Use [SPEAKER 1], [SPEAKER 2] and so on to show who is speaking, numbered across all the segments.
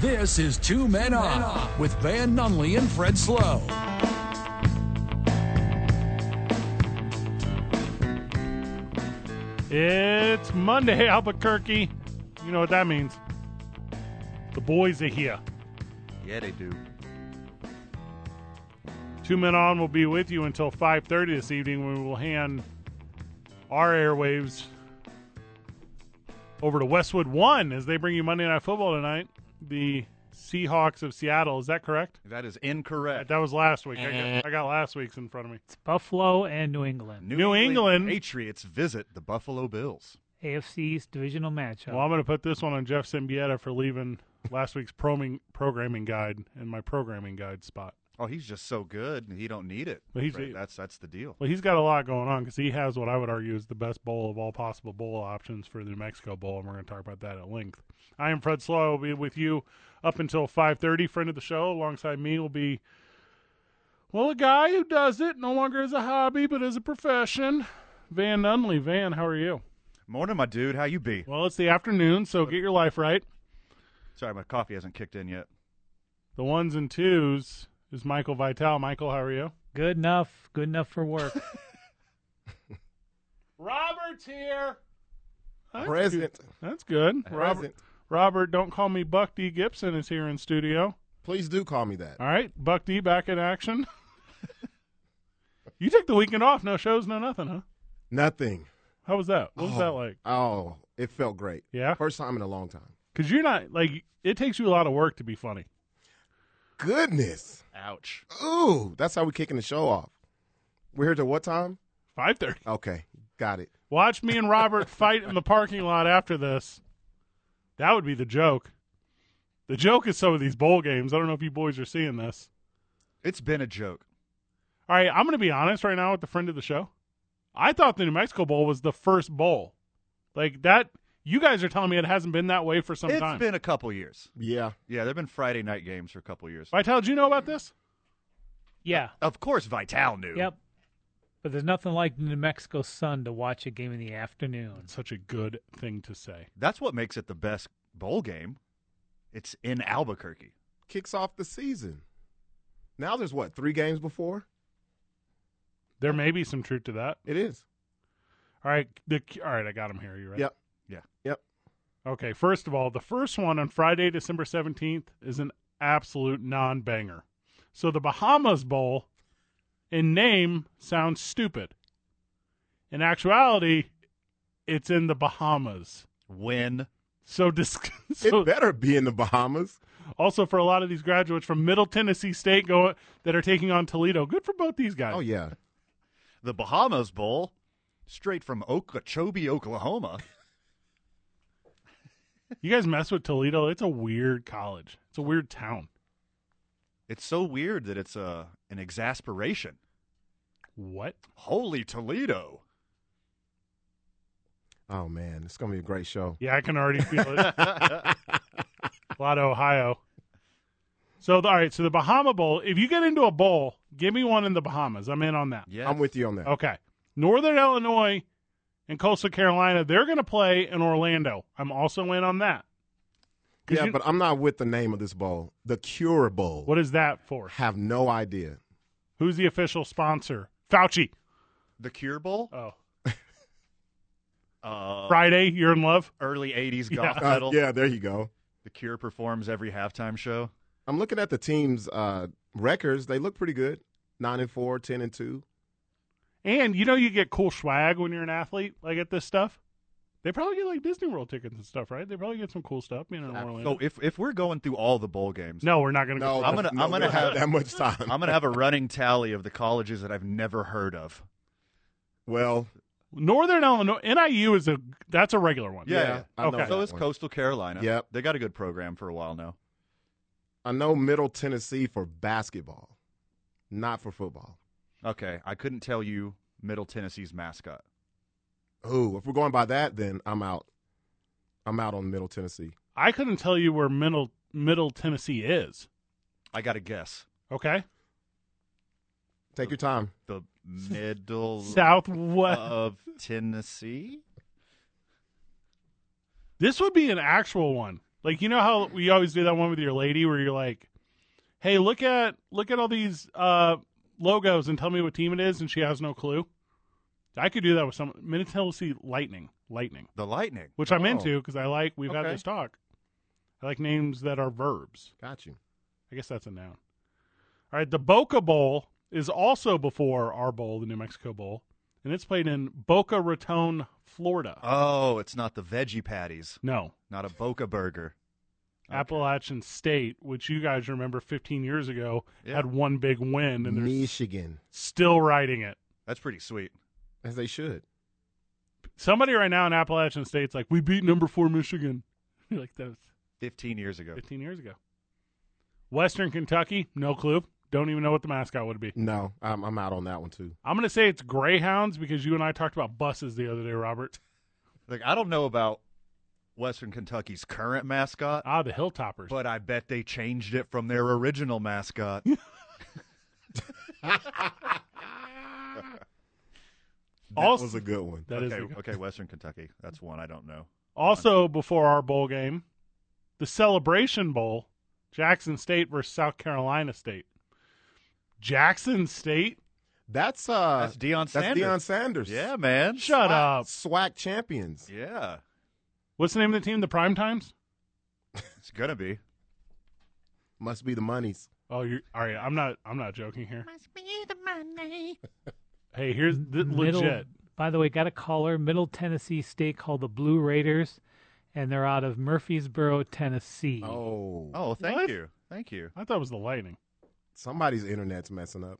[SPEAKER 1] This is Two Men On with Van Nunley and Fred Slow.
[SPEAKER 2] It's Monday, Albuquerque. You know what that means. The boys are here.
[SPEAKER 3] Yeah, they do.
[SPEAKER 2] Two Men On will be with you until 5.30 this evening when we will hand our airwaves over to Westwood One as they bring you Monday Night Football tonight. The Seahawks of Seattle. Is that correct?
[SPEAKER 3] That is incorrect.
[SPEAKER 2] That was last week. I got, I got last week's in front of me.
[SPEAKER 4] It's Buffalo and New England.
[SPEAKER 2] New England-
[SPEAKER 3] Patriots visit the Buffalo Bills.
[SPEAKER 4] AFC East divisional matchup.
[SPEAKER 2] Well, I'm going to put this one on Jeff Symbieta for leaving last week's proming, programming guide in my programming guide spot.
[SPEAKER 3] Oh, he's just so good, and he don't need it.
[SPEAKER 2] But he's-
[SPEAKER 3] Right, that's that's the deal.
[SPEAKER 2] Well, he's got a lot going on because he has what I would argue is the best bowl of all possible bowl options for the New Mexico Bowl, and we're going to talk about that at length. I am Fred Slow. I will be with you up until 5.30, friend of the show. Alongside me will be, well, a guy who does it no longer as a hobby but as a profession, Van Nunley. Van, how are you?
[SPEAKER 3] Morning, my dude. How you be?
[SPEAKER 2] Well, it's the afternoon, so get your life right.
[SPEAKER 3] Sorry, my coffee hasn't kicked in yet.
[SPEAKER 2] The ones and twos is Michael Vital. Michael, how are you?
[SPEAKER 4] good enough. Good enough for work.
[SPEAKER 2] Robert's here. That's
[SPEAKER 5] Present.
[SPEAKER 2] good. That's good. Robert,
[SPEAKER 5] Present.
[SPEAKER 2] Robert, don't call me Buck D. Gibson is here in studio.
[SPEAKER 5] Please do call me that.
[SPEAKER 2] All right, Buck D. back in action. you took the weekend off, no shows, no nothing, huh?
[SPEAKER 5] Nothing.
[SPEAKER 2] How was that? What was that
[SPEAKER 5] Oh,
[SPEAKER 2] like?
[SPEAKER 5] Oh, it felt great.
[SPEAKER 2] Yeah,
[SPEAKER 5] First time in a long time.
[SPEAKER 2] because you're not like it takes you a lot of work to be funny.
[SPEAKER 5] Goodness.
[SPEAKER 3] Ouch.
[SPEAKER 5] Ooh, that's how we kicking the show off. We're here to what time?
[SPEAKER 2] Five thirty.
[SPEAKER 5] Okay, got it.
[SPEAKER 2] Watch me and Robert fight in the parking lot after this. That would be the joke. The joke is some of these bowl games. I don't know if you boys are seeing this.
[SPEAKER 3] It's been a joke.
[SPEAKER 2] All right, I'm going to be honest right now with the friend of the show. I thought the New Mexico Bowl was the first bowl. Like that, you guys are telling me it hasn't been that way for some
[SPEAKER 3] It's
[SPEAKER 2] time.
[SPEAKER 3] been a couple years.
[SPEAKER 5] Yeah.
[SPEAKER 3] Yeah, there've been Friday night games for a couple years.
[SPEAKER 2] Vital, do you know about this?
[SPEAKER 4] yeah.
[SPEAKER 3] Of course, Vital knew.
[SPEAKER 4] Yep. But there's nothing like the New Mexico sun to watch a game in the afternoon.
[SPEAKER 2] Such a good thing to say.
[SPEAKER 3] That's what makes it the best bowl game. It's in Albuquerque.
[SPEAKER 5] Kicks off the season. Now there's what, three games before?
[SPEAKER 2] There may be some truth to that.
[SPEAKER 5] It is.
[SPEAKER 2] All right, the, all right, I got him here. You ready?
[SPEAKER 5] Yep.
[SPEAKER 3] Yeah.
[SPEAKER 5] Yep.
[SPEAKER 2] Okay. First of all, the first one on Friday, December seventeenth, is an absolute non-banger. So the Bahamas Bowl, in name, sounds stupid. In actuality, it's in the Bahamas.
[SPEAKER 3] Win.
[SPEAKER 2] So, dis-
[SPEAKER 5] It
[SPEAKER 2] so
[SPEAKER 5] better be in the Bahamas.
[SPEAKER 2] also for a lot of these graduates from Middle Tennessee State go that are taking on Toledo. Good for both these guys.
[SPEAKER 5] Oh yeah.
[SPEAKER 3] The Bahamas Bowl, straight from Okeechobee, Oklahoma.
[SPEAKER 2] You guys mess with Toledo. It's a weird college. It's a weird town.
[SPEAKER 3] It's so weird that it's uh, an exasperation.
[SPEAKER 2] What?
[SPEAKER 3] Holy Toledo.
[SPEAKER 5] Oh man, it's gonna be a great show.
[SPEAKER 2] Yeah, I can already feel it. a lot of Ohio. So the, all right, so the Bahama Bowl. If you get into a bowl, give me one in the Bahamas. I'm in on that.
[SPEAKER 3] Yes.
[SPEAKER 5] I'm with you on that.
[SPEAKER 2] Okay. Northern Illinois and Coastal Carolina, they're going to play in Orlando. I'm also in on that. 'Cause
[SPEAKER 5] yeah,
[SPEAKER 2] you-
[SPEAKER 5] but I'm not with the name of this bowl. The Cure Bowl.
[SPEAKER 2] What is that for?
[SPEAKER 5] Have no idea.
[SPEAKER 2] Who's the official sponsor? Fauci.
[SPEAKER 3] The Cure Bowl,
[SPEAKER 2] Oh,
[SPEAKER 3] uh,
[SPEAKER 2] Friday, you're in love.
[SPEAKER 3] early 80s golf
[SPEAKER 2] Yeah.
[SPEAKER 5] Uh,
[SPEAKER 3] medal.
[SPEAKER 5] yeah, there you go.
[SPEAKER 3] The Cure performs every halftime show.
[SPEAKER 5] I'm looking at the team's uh, records. They look pretty good. Nine and four, 10 and two.
[SPEAKER 2] And you know you get cool swag when you're an athlete, like at this stuff. They probably get like Disney World tickets and stuff, right? They probably get some cool stuff, you know. in Orlando.
[SPEAKER 3] So if, if we're going through all the bowl games,
[SPEAKER 2] no, we're not going to.
[SPEAKER 5] No,
[SPEAKER 3] I'm gonna-
[SPEAKER 5] no,
[SPEAKER 3] I'm
[SPEAKER 5] we
[SPEAKER 3] gonna
[SPEAKER 5] don't
[SPEAKER 3] have-
[SPEAKER 5] that much time.
[SPEAKER 3] I'm going to have a running tally of the colleges that I've never heard of.
[SPEAKER 5] well,
[SPEAKER 2] Northern Illinois NIU is a that's a regular one.
[SPEAKER 3] Yeah,
[SPEAKER 5] yeah,
[SPEAKER 3] yeah.
[SPEAKER 5] I know
[SPEAKER 2] Okay.
[SPEAKER 5] that
[SPEAKER 3] So is
[SPEAKER 5] one.
[SPEAKER 3] Coastal Carolina.
[SPEAKER 5] Yep.
[SPEAKER 3] They got a good program for a while now.
[SPEAKER 5] I know Middle Tennessee for basketball, not for football.
[SPEAKER 3] Okay. I couldn't tell you Middle Tennessee's mascot.
[SPEAKER 5] Ooh, if we're going by that, then I'm out. I'm out on Middle Tennessee.
[SPEAKER 2] I couldn't tell you where middle middle Tennessee is.
[SPEAKER 3] I got to guess.
[SPEAKER 2] Okay.
[SPEAKER 5] Take your time.
[SPEAKER 3] The middle
[SPEAKER 2] Southwest
[SPEAKER 3] of Tennessee?
[SPEAKER 2] This would be an actual one. Like you know how we always do that one with your lady where you're like, "Hey, look at look at all these uh logos and tell me what team it is," and she has no clue. I could do that with some Middle Tennessee Lightning, Lightning,
[SPEAKER 3] The Lightning.
[SPEAKER 2] which I'm
[SPEAKER 3] Oh.
[SPEAKER 2] into because I like. We've had
[SPEAKER 3] Okay.
[SPEAKER 2] this talk. I like names that are verbs.
[SPEAKER 5] Got you.
[SPEAKER 2] I guess that's a noun. All right, the Boca Bowl is also before our bowl, the New Mexico Bowl, and it's played in Boca Raton, Florida.
[SPEAKER 3] Oh, it's not the veggie patties,
[SPEAKER 2] no,
[SPEAKER 3] not a Boca burger. Okay.
[SPEAKER 2] Appalachian State, which you guys remember 15 years ago,
[SPEAKER 3] Yeah.
[SPEAKER 2] had one big win, and they're
[SPEAKER 5] Michigan,
[SPEAKER 2] still riding it.
[SPEAKER 3] That's pretty sweet.
[SPEAKER 5] as they should.
[SPEAKER 2] Somebody right now in Appalachian State's like, "We beat number four Michigan." You're like that was
[SPEAKER 3] 15 years ago.
[SPEAKER 2] 15 years ago. Western Kentucky, no clue. Don't even know what the mascot would be.
[SPEAKER 5] No, I'm, I'm out on that one too.
[SPEAKER 2] I'm gonna say it's Greyhounds because you and I talked about buses the other day, Robert.
[SPEAKER 3] Like, I don't know about Western Kentucky's current mascot,
[SPEAKER 2] Ah, the Hilltoppers.
[SPEAKER 3] but I bet they changed it from their original mascot.
[SPEAKER 5] That
[SPEAKER 2] Also-
[SPEAKER 5] was a good one.
[SPEAKER 2] That is
[SPEAKER 3] okay,
[SPEAKER 2] the-
[SPEAKER 3] okay, Western Kentucky. That's one I don't know.
[SPEAKER 2] also before our bowl game, the Celebration Bowl, Jackson State versus South Carolina State. Jackson State,
[SPEAKER 5] That's uh,
[SPEAKER 3] That's Deion
[SPEAKER 5] that's
[SPEAKER 3] Sanders.
[SPEAKER 5] Deion Sanders.
[SPEAKER 3] Yeah, man.
[SPEAKER 2] shut up.
[SPEAKER 5] SWAC champions.
[SPEAKER 3] Yeah,
[SPEAKER 2] What's the name of the team? The Prime Times.
[SPEAKER 3] it's gonna be.
[SPEAKER 5] Must be the monies.
[SPEAKER 2] Oh, you're all right. I'm not. I'm not joking here. Hey, here's the, legit.
[SPEAKER 4] By the way, got a caller. Middle Tennessee state called the Blue Raiders, and they're out of Murfreesboro, Tennessee.
[SPEAKER 5] Oh,
[SPEAKER 3] Oh, thank
[SPEAKER 2] What?
[SPEAKER 3] you, thank you.
[SPEAKER 2] I thought it was the Lightning.
[SPEAKER 5] somebody's internet's messing up.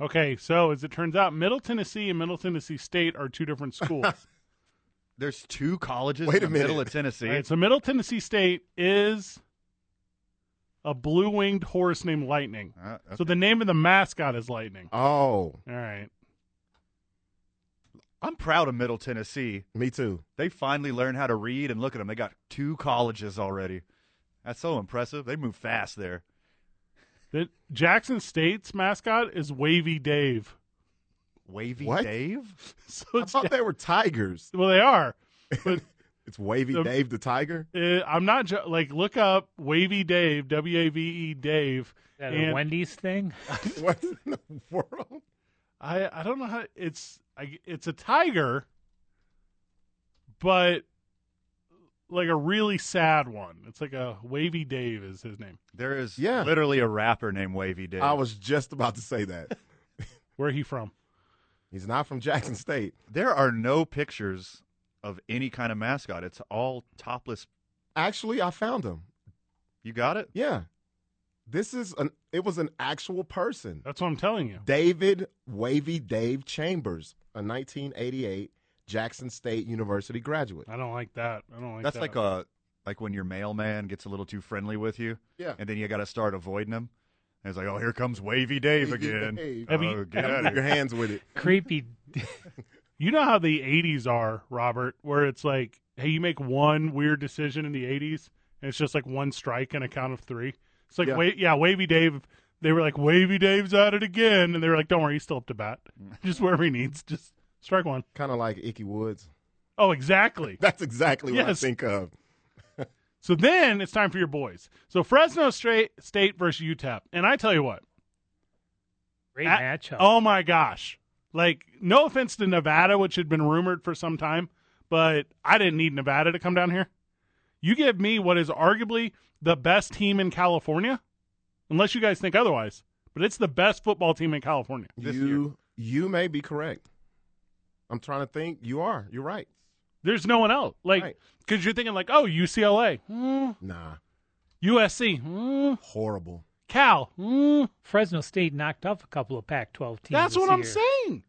[SPEAKER 2] Okay, so as it turns out, Middle Tennessee and Middle Tennessee State are two different schools.
[SPEAKER 3] There's two colleges
[SPEAKER 5] Wait
[SPEAKER 3] in
[SPEAKER 5] a
[SPEAKER 3] the middle
[SPEAKER 5] minute.
[SPEAKER 3] of Tennessee.
[SPEAKER 2] All right, so Middle Tennessee State is a blue-winged horse named Lightning.
[SPEAKER 3] Uh, okay.
[SPEAKER 2] So the name of the mascot is Lightning.
[SPEAKER 5] Oh,
[SPEAKER 2] All right.
[SPEAKER 3] I'm proud of Middle Tennessee.
[SPEAKER 5] me too.
[SPEAKER 3] They finally learned how to read, and look at them. They got two colleges already. That's so impressive. They move fast there.
[SPEAKER 2] The Jackson State's mascot is Wavy Dave.
[SPEAKER 3] Wavy
[SPEAKER 5] What?
[SPEAKER 3] Dave.
[SPEAKER 2] So
[SPEAKER 5] I
[SPEAKER 2] it's,
[SPEAKER 5] thought they were tigers.
[SPEAKER 2] well, they are. But
[SPEAKER 5] It's Wavy
[SPEAKER 2] The-
[SPEAKER 5] Dave the Tiger.
[SPEAKER 2] uh, I'm not jo- like look up Wavy Dave, W A V E Dave.
[SPEAKER 4] Is that
[SPEAKER 2] And-
[SPEAKER 4] a Wendy's thing?
[SPEAKER 5] what in the world?
[SPEAKER 2] I I don't know how it's I, it's a tiger, but like a really sad one. It's like a Wavy Dave is his name.
[SPEAKER 3] There is
[SPEAKER 5] Yeah.
[SPEAKER 3] literally a rapper named Wavy Dave.
[SPEAKER 5] I was just about to say that.
[SPEAKER 2] Where he from?
[SPEAKER 5] He's not from Jackson State.
[SPEAKER 3] There are no pictures of any kind of mascot. It's all topless.
[SPEAKER 5] Actually, I found him.
[SPEAKER 3] You got it?
[SPEAKER 5] Yeah. This is an it was an actual person.
[SPEAKER 2] That's what I'm telling you.
[SPEAKER 5] David Wavy Dave Chambers, a 1988 Jackson State University graduate.
[SPEAKER 2] I don't like that. I don't like
[SPEAKER 3] That's
[SPEAKER 2] that.
[SPEAKER 3] like a like when your mailman gets a little too friendly with you,
[SPEAKER 5] Yeah.
[SPEAKER 3] and then you got to start avoiding him. And it's like, oh, here comes Wavy Dave again.
[SPEAKER 5] Dave.
[SPEAKER 2] Have you-
[SPEAKER 3] Oh, get out of
[SPEAKER 5] Your
[SPEAKER 3] here.
[SPEAKER 5] hands with it.
[SPEAKER 4] Creepy.
[SPEAKER 2] You know how the 80s are, Robert, where it's like, hey, you make one weird decision in the 80s, and it's just like one strike and a count of three. It's like,
[SPEAKER 5] Yeah.
[SPEAKER 2] wait, yeah, Wavy Dave. They were like, Wavy Dave's at it again, and they were like, don't worry, he's still up to bat. Just wherever he needs, just strike one.
[SPEAKER 5] Kind of like Icky Woods.
[SPEAKER 2] Oh, exactly.
[SPEAKER 5] That's exactly what
[SPEAKER 2] Yes.
[SPEAKER 5] I think of.
[SPEAKER 2] So then it's time for your boys. So Fresno Stra- State versus UTEP, and I tell you what,
[SPEAKER 4] Great
[SPEAKER 2] At-
[SPEAKER 4] matchup.
[SPEAKER 2] Oh my gosh. Like, no offense to Nevada, which had been rumored for some time, but I didn't need Nevada to come down here. You give me what is arguably the best team in California, unless you guys think otherwise, but it's the best football team in California.
[SPEAKER 3] This
[SPEAKER 5] you you may be correct. I'm trying to think. You are. You're right.
[SPEAKER 2] There's no one else. Like,
[SPEAKER 5] Right.
[SPEAKER 2] because you're thinking, like, oh, UCLA, hmm,
[SPEAKER 5] Nah.
[SPEAKER 2] USC, hmm,
[SPEAKER 5] Horrible.
[SPEAKER 2] Cal. hmm.
[SPEAKER 4] Fresno State knocked off a couple of Pac-12 teams.
[SPEAKER 2] That's
[SPEAKER 4] this
[SPEAKER 2] what I'm
[SPEAKER 4] year.
[SPEAKER 2] saying.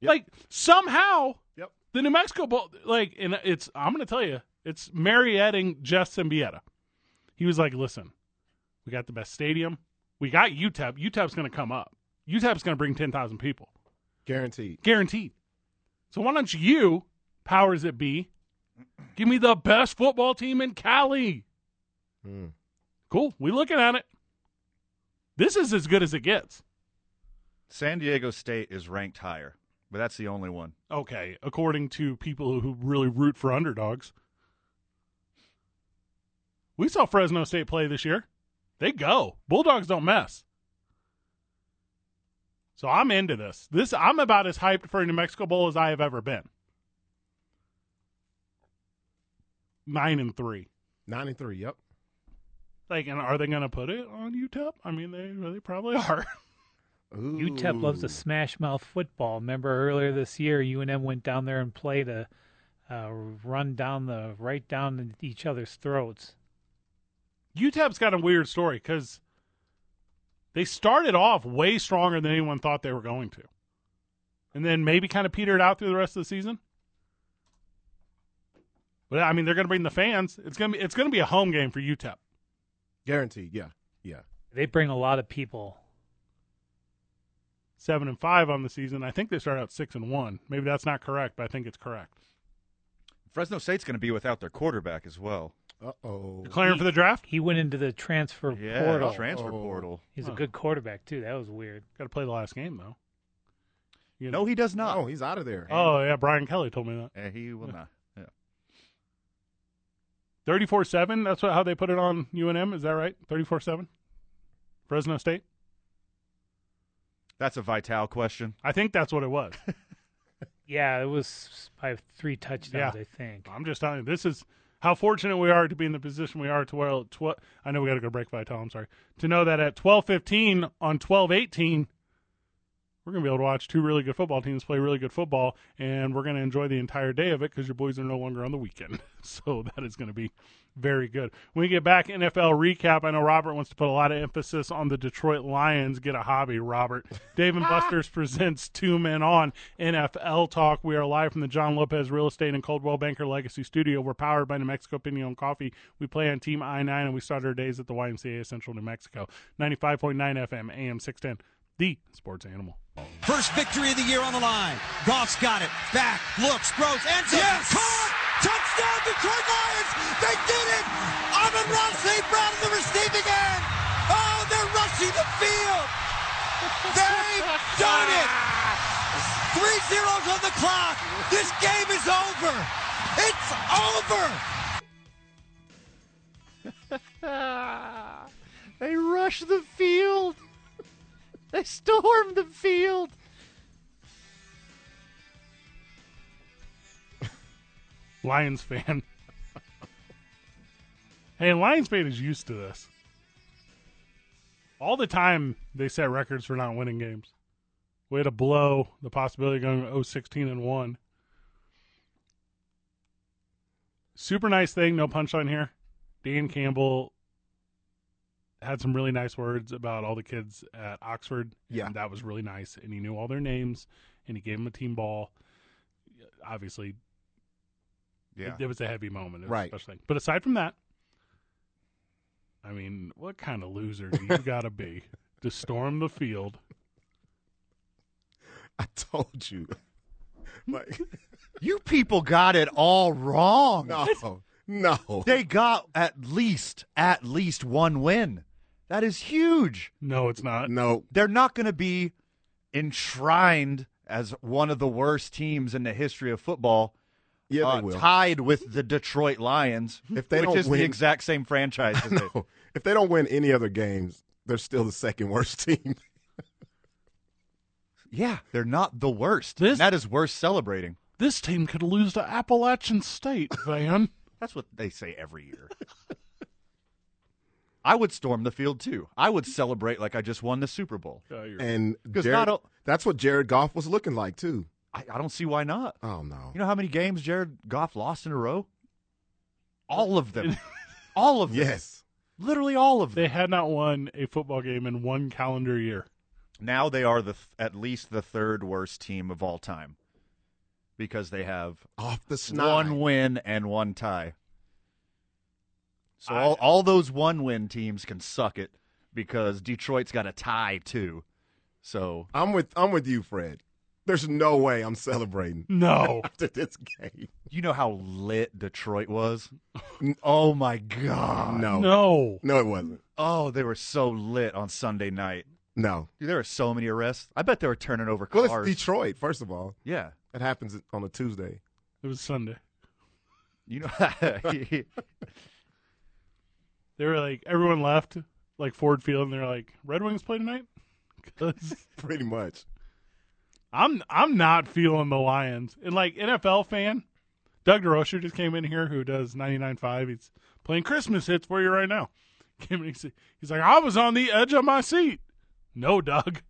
[SPEAKER 5] Yep.
[SPEAKER 2] Like, somehow,
[SPEAKER 5] Yep.
[SPEAKER 2] the New Mexico Bowl, like, and it's, I'm going to tell you, it's Marietting Jeff Symbieta. He was like, listen, we got the best stadium. We got UTEP. UTEP's going to come up. UTEP's going to bring 10,000 people,
[SPEAKER 5] Guaranteed.
[SPEAKER 2] guaranteed. So why don't you, powers that be, give me the best football team in Cali?
[SPEAKER 3] Hmm.
[SPEAKER 5] Mm.
[SPEAKER 2] Cool. We looking at it. This is as good as it gets.
[SPEAKER 3] San Diego State is ranked higher, but that's the only one.
[SPEAKER 2] Okay, according to people who really root for underdogs. We saw Fresno State play this year. They go. Bulldogs don't mess. So I'm into this. This I'm about as hyped for a New Mexico Bowl as I have ever been. Nine and three.
[SPEAKER 5] Nine and three. Yep.
[SPEAKER 2] Like, and are they going to put it on UTEP? I mean, they they probably are.
[SPEAKER 4] UTEP E loves to
[SPEAKER 5] Ooh.
[SPEAKER 4] smash mouth football. Remember earlier this year, UNM went down there and played a uh, run down the right down each other's throats.
[SPEAKER 2] UTEP's E got a weird story because they started off way stronger than anyone thought they were going to, and then maybe kind of petered out through the rest of the season. But I mean, they're going to bring the fans. It's going to be it's going to be a home game for E UTEP.
[SPEAKER 5] Guaranteed. Yeah. Yeah.
[SPEAKER 4] They bring a lot of people.
[SPEAKER 2] Seven and five on the season. I think they start out six and one. Maybe that's not correct, but I think it's correct.
[SPEAKER 3] Fresno State's going to be without their quarterback as well.
[SPEAKER 5] Uh oh.
[SPEAKER 2] Declaring
[SPEAKER 4] He-
[SPEAKER 2] for the draft.
[SPEAKER 4] He went into the transfer
[SPEAKER 3] Yeah,
[SPEAKER 4] portal.
[SPEAKER 3] transfer
[SPEAKER 5] Oh.
[SPEAKER 3] portal.
[SPEAKER 4] He's
[SPEAKER 2] Huh.
[SPEAKER 4] a good quarterback too. That was weird.
[SPEAKER 2] Got to play the last game though. You
[SPEAKER 3] No, he does not.
[SPEAKER 5] No, he's out of there.
[SPEAKER 2] Oh yeah, Brian Kelly told me that.
[SPEAKER 3] Eh, he will not. Yeah.
[SPEAKER 2] Thirty-four seven. That's what, how they put it on UNM. Is that right? Thirty-four seven. Fresno State.
[SPEAKER 3] That's a Vital question.
[SPEAKER 2] I think that's what it was.
[SPEAKER 4] Yeah, it was by three touchdowns,
[SPEAKER 2] Yeah.
[SPEAKER 4] I think.
[SPEAKER 2] I'm just telling you, this is how fortunate we are to be in the position we are to where tw- I know we got to go break Vital. I'm sorry to know that at 12:15 on 12:18, we're gonna be able to watch two really good football teams play really good football, and we're gonna enjoy the entire day of it because your boys are no longer on the weekend. So that is gonna be very good. When we get back, NFL recap. I know Robert wants to put a lot of emphasis on the Detroit Lions. Get a hobby, Robert. Dave and Buster's presents Two Men on NFL Talk. We are live from the John Lopez Real Estate and Coldwell Banker Legacy Studio. We're powered by New Mexico Pinion Coffee. We play on Team I 9, and we start our days at the YMCA of Central New Mexico. 95.9 FM, AM 610, the sports animal.
[SPEAKER 6] First victory of the year on the line. Goff's got it. Back, looks, throws, ends it. Yes! Caught! Touchdown, Detroit Lions! They did it! Amon Ross St. Brown in the receiving end! Oh, they're rushing the field! They've done it! Three zeros on the clock! This game is over! It's over!
[SPEAKER 3] They rush the field. They storm the field.
[SPEAKER 2] Lions fan. hey, Lions fan is used to this. All the time they set records for not winning games. We had a blow, the possibility of going 0 16 and 1. Super nice thing, no punchline here. Dan Campbell had some really nice words about all the kids at Oxford. and
[SPEAKER 5] Yeah.
[SPEAKER 2] that was really nice. And he knew all their names and he gave them a team ball. Obviously,
[SPEAKER 3] Yeah.
[SPEAKER 2] it, it was a heavy moment. It was a
[SPEAKER 5] Right.
[SPEAKER 2] special thing. But aside from that, I mean, what kind of loser do you got to be to storm the field?
[SPEAKER 5] I told you. Like,
[SPEAKER 3] You people got it all wrong.
[SPEAKER 5] no, no.
[SPEAKER 3] They got at least at least one win. That is huge.
[SPEAKER 2] No, it's not.
[SPEAKER 5] No.
[SPEAKER 3] They're not going to be enshrined as one of the worst teams in the history of football.
[SPEAKER 5] Yeah,
[SPEAKER 3] uh,
[SPEAKER 5] they will.
[SPEAKER 3] tied with the Detroit Lions,
[SPEAKER 5] If they
[SPEAKER 3] which
[SPEAKER 5] don't
[SPEAKER 3] is
[SPEAKER 5] win-
[SPEAKER 3] the exact same franchise. As they-
[SPEAKER 5] No. If they don't win any other games, they're still the second worst team.
[SPEAKER 3] Yeah, they're not the worst.
[SPEAKER 2] This-
[SPEAKER 3] that is worth celebrating.
[SPEAKER 2] This team could lose to Appalachian State, Van.
[SPEAKER 3] That's what they say every year. I would storm the field too. I would celebrate like I just won the Super Bowl.
[SPEAKER 5] And
[SPEAKER 3] 'Cause
[SPEAKER 5] Jared-
[SPEAKER 3] not o-
[SPEAKER 5] that's what Jared Goff was looking like too.
[SPEAKER 3] I, I don't see why not.
[SPEAKER 5] Oh no.
[SPEAKER 3] You know how many games Jared Goff lost in a row? All of them. all of them.
[SPEAKER 5] yes.
[SPEAKER 3] Literally all of them.
[SPEAKER 2] they had not won a football game in one calendar year.
[SPEAKER 3] now they are the th- at least the third worst team of all time because they have
[SPEAKER 5] Off the
[SPEAKER 3] one
[SPEAKER 5] snide.
[SPEAKER 3] win and one tie. So
[SPEAKER 2] I-
[SPEAKER 3] all, all those one win teams can suck it because Detroit's got a tie too. So
[SPEAKER 5] I'm with I'm with you, Fred. There's no way I'm celebrating
[SPEAKER 2] No.
[SPEAKER 5] after this game.
[SPEAKER 3] you know how lit Detroit was? oh my god.
[SPEAKER 5] No.
[SPEAKER 2] no.
[SPEAKER 5] No, it wasn't.
[SPEAKER 3] Oh, they were so lit on Sunday night.
[SPEAKER 5] No.
[SPEAKER 3] Dude, there were so many arrests. I bet they were turning over
[SPEAKER 5] Well,
[SPEAKER 3] cars.
[SPEAKER 5] it's Detroit, first of all.
[SPEAKER 3] Yeah.
[SPEAKER 5] It happens on a Tuesday.
[SPEAKER 2] It was Sunday.
[SPEAKER 3] You know
[SPEAKER 2] They were like everyone left like Ford Field, and they're like Red Wings play tonight. 'Cause
[SPEAKER 5] Pretty much.
[SPEAKER 2] I'm I'm not feeling the Lions. And like NFL fan, Doug DeRocher just came in here who does 99.5. He's playing Christmas hits for you right now. Came in, he's, he's like, I was on the edge of my seat. No, Doug.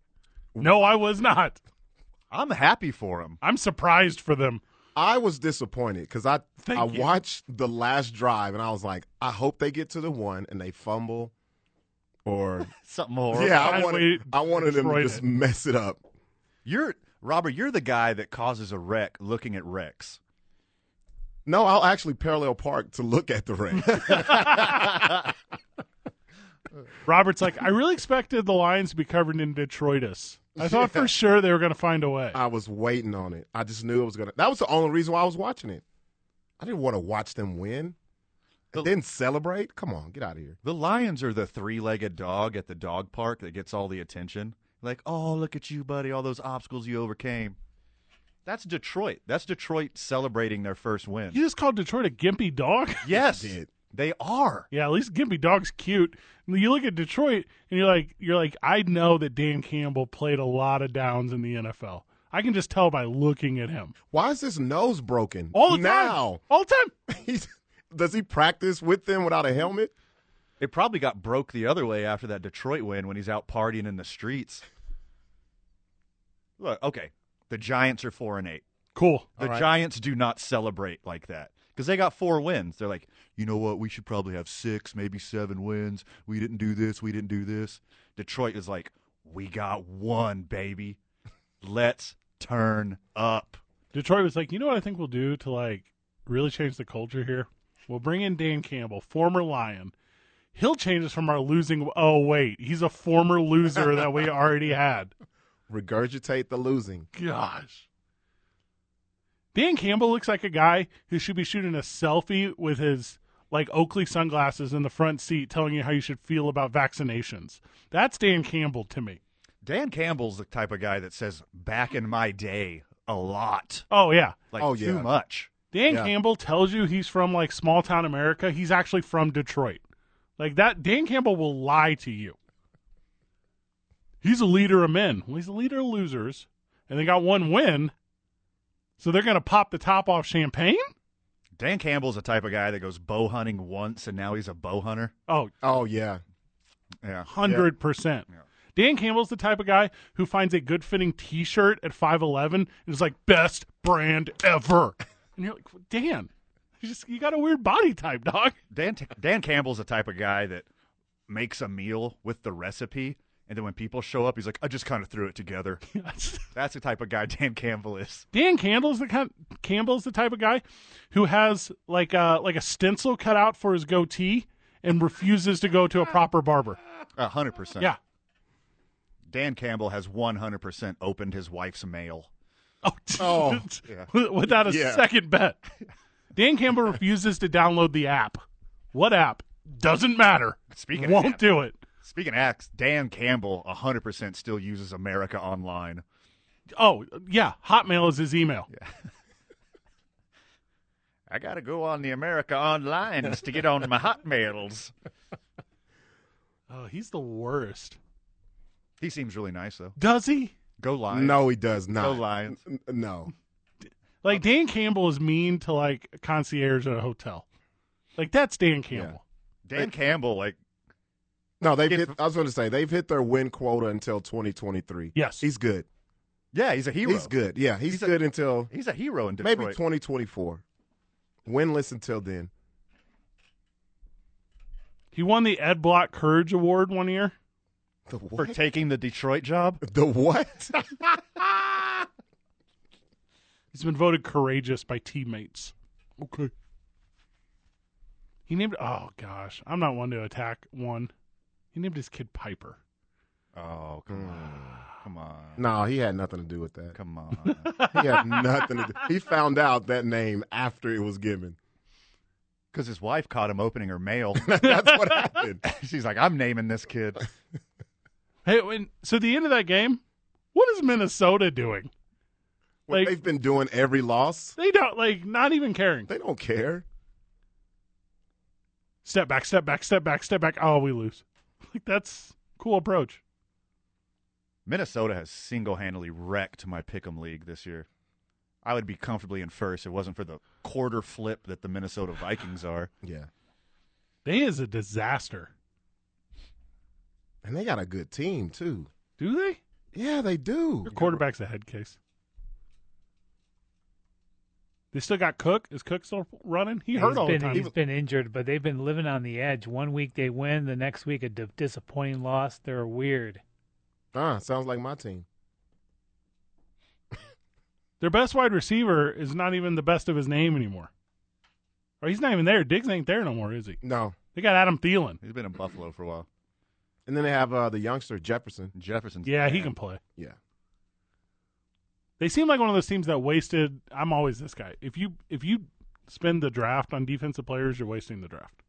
[SPEAKER 2] No, I was not.
[SPEAKER 3] I'm happy for him.
[SPEAKER 2] I'm surprised for them.
[SPEAKER 5] I was disappointed because I
[SPEAKER 2] Thank
[SPEAKER 5] I
[SPEAKER 2] you.
[SPEAKER 5] watched the last drive and I was like, I hope they get to the one and they fumble, or
[SPEAKER 3] Something horrible.
[SPEAKER 5] yeah, I
[SPEAKER 2] find a way
[SPEAKER 5] wanted
[SPEAKER 2] to
[SPEAKER 5] I wanted them to
[SPEAKER 2] destroy
[SPEAKER 5] just
[SPEAKER 2] it.
[SPEAKER 5] mess it up.
[SPEAKER 3] You're Robert, you're the guy that causes a wreck looking at wrecks.
[SPEAKER 5] No, I'll actually parallel park to look at the ring.
[SPEAKER 2] Robert's like, I really expected the Lions to be covered in Detroitus. I thought for sure they were going to find a way.
[SPEAKER 5] I was waiting on it. I just knew it was gonna. That was the only reason why I was watching it. I didn't want to watch them win.
[SPEAKER 3] The-
[SPEAKER 5] And then celebrate. Come on, get out of here.
[SPEAKER 3] The lions are the three-legged dog at the dog park that gets all the attention. Like, "Oh, look at you, buddy, all those obstacles you overcame." That's Detroit. That's Detroit celebrating their first win.
[SPEAKER 2] You just called Detroit a gimpy dog?
[SPEAKER 3] yes.
[SPEAKER 5] Did.
[SPEAKER 3] They are.
[SPEAKER 2] Yeah, at least Gimpy Dog's cute. And You look at Detroit and you're like you're like, I know that Dan Campbell played a lot of downs in the NFL. I can just tell by looking at him.
[SPEAKER 5] Why is this nose broken
[SPEAKER 2] All the time.
[SPEAKER 5] now?
[SPEAKER 2] All the time.
[SPEAKER 5] He's, does he practice with them without a helmet?
[SPEAKER 3] It probably got broke the other way after that Detroit win when he's out partying in the streets. Look, okay. The Giants are 4 and 8.
[SPEAKER 2] Cool. Uh,
[SPEAKER 3] The Giants do not celebrate like that because they got four wins. They're like, you know what? We should probably have six, maybe seven wins. We didn't do this. We didn't do this. Detroit is like, we got one, baby. Let's turn up.
[SPEAKER 2] Detroit was like, you know what I think we'll do to like really change the culture here? We'll bring in Dan Campbell, former Lion. He'll change us from our losing oh wait, he's a former loser that we already had.
[SPEAKER 5] Regurgitate the losing.
[SPEAKER 2] gosh. Dan Campbell looks like a guy who should be shooting a selfie with his like Oakley sunglasses in the front seat telling you how you should feel about vaccinations. That's Dan Campbell to me.
[SPEAKER 3] Dan Campbell's the type of guy that says, back in my day, a lot.
[SPEAKER 2] Oh yeah.
[SPEAKER 3] Like,
[SPEAKER 5] Oh,
[SPEAKER 3] too
[SPEAKER 5] yeah.
[SPEAKER 3] much.
[SPEAKER 2] Dan
[SPEAKER 5] Yeah.
[SPEAKER 2] Campbell tells you he's from like small town America. He's actually from Detroit. Like that Dan Campbell will lie to you. He's a leader of men. Well, he's a leader of losers and they got one win. So they're going to pop the top off champagne?
[SPEAKER 3] Dan Campbell's the type of guy that goes bow hunting once and now he's a bow hunter.
[SPEAKER 2] Oh,
[SPEAKER 5] Oh yeah,
[SPEAKER 3] Yeah.
[SPEAKER 2] hundred percent. Dan Campbell's the type of guy who finds a good fitting T-shirt at five eleven and is like best brand ever, and you're like, Dan, you just you got a weird body type, dog.
[SPEAKER 3] Dan Dan Campbell's the type of guy that makes a meal with the recipe, and then when people show up, he's like, "I just kind of threw it together." That's the type of guy Dan Campbell is.
[SPEAKER 2] Dan Campbell's the kind, Campbell's the type of guy who has like a like a stencil cut out for his goatee and refuses to go to a proper barber.
[SPEAKER 3] A hundred percent.
[SPEAKER 2] Yeah.
[SPEAKER 3] Dan Campbell has one hundred percent opened his wife's mail.
[SPEAKER 2] Oh,
[SPEAKER 5] Oh,
[SPEAKER 2] without a
[SPEAKER 5] Yeah.
[SPEAKER 2] second bet. Dan Campbell refuses to download the app. What app? Doesn't matter.
[SPEAKER 3] Speaking of
[SPEAKER 2] won't
[SPEAKER 3] app.
[SPEAKER 2] do it.
[SPEAKER 3] Speaking of acts, Dan Campbell hundred percent still uses America Online.
[SPEAKER 2] Oh yeah, Hotmail is his email.
[SPEAKER 3] I gotta go on the America Onlines to get on my Hotmails.
[SPEAKER 2] Oh, he's the worst.
[SPEAKER 3] He seems really nice though.
[SPEAKER 2] Does he?
[SPEAKER 3] Go Lions.
[SPEAKER 5] no, he does
[SPEAKER 3] Go
[SPEAKER 5] not.
[SPEAKER 3] Lions.
[SPEAKER 5] N- No,
[SPEAKER 2] Like Dan Campbell is mean to like concierge at a hotel. Like that's Dan Campbell.
[SPEAKER 3] Dan Campbell, like
[SPEAKER 5] no. They've
[SPEAKER 3] Get-
[SPEAKER 5] hit. I was going to say they've hit their win quota until 2023.
[SPEAKER 2] Yes.
[SPEAKER 5] he's good.
[SPEAKER 3] yeah, he's a hero.
[SPEAKER 5] He's good. Yeah, he's,
[SPEAKER 3] He's a-
[SPEAKER 5] good until
[SPEAKER 3] He's a hero in Detroit.
[SPEAKER 5] maybe 2024. Winless until then.
[SPEAKER 2] He won the Ed Block Courage Award one year.
[SPEAKER 5] The
[SPEAKER 3] for
[SPEAKER 5] what?
[SPEAKER 3] taking the Detroit job.
[SPEAKER 5] the what?
[SPEAKER 2] He's been voted courageous by teammates. Okay. He named oh gosh, I'm not one to attack one. He named his kid Piper.
[SPEAKER 3] Oh, come
[SPEAKER 5] Hmm.
[SPEAKER 3] on. Come on.
[SPEAKER 5] no, he had nothing to do with that.
[SPEAKER 3] Come on.
[SPEAKER 5] He had nothing to do. He found out that name after it was given.
[SPEAKER 3] Because his wife caught him opening her mail.
[SPEAKER 5] That's what happened.
[SPEAKER 3] She's like, I'm naming this kid.
[SPEAKER 2] Hey, when, so the end of that game, what is Minnesota doing?
[SPEAKER 5] What
[SPEAKER 2] Like-
[SPEAKER 5] they've been doing every loss.
[SPEAKER 2] They don't like not even caring.
[SPEAKER 5] They don't care.
[SPEAKER 2] step back, step back, step back, step back. Oh, we lose. Like that's cool approach.
[SPEAKER 3] Minnesota has single handedly wrecked my pick'em league this year. I would be comfortably in first if it wasn't for the quarter flip that the Minnesota Vikings are.
[SPEAKER 5] Yeah.
[SPEAKER 2] They is a disaster.
[SPEAKER 5] And they got a good team too.
[SPEAKER 2] Do they?
[SPEAKER 5] Yeah, they do.
[SPEAKER 2] Your quarterback's a head case. They still got Cook. Is Cook still running? He hurt
[SPEAKER 4] he's
[SPEAKER 2] all
[SPEAKER 4] been,
[SPEAKER 2] the time.
[SPEAKER 4] He's been injured, but they've been living on the edge. One week they win, the next week a d- disappointing loss. They're weird.
[SPEAKER 5] Ah, sounds like my team.
[SPEAKER 2] Their best wide receiver is not even the best of his name anymore. Or he's not even there. Diggs ain't there no more, is he?
[SPEAKER 5] No.
[SPEAKER 2] They got Adam Thielen.
[SPEAKER 3] He's been in Buffalo for a while.
[SPEAKER 5] And then they have uh, the youngster Jefferson.
[SPEAKER 3] Jefferson's
[SPEAKER 2] Yeah, he
[SPEAKER 3] bad.
[SPEAKER 2] can play.
[SPEAKER 5] Yeah.
[SPEAKER 2] They seem like one of those teams that wasted. I'm always this guy. If you if you spend the draft on defensive players, you're wasting the draft.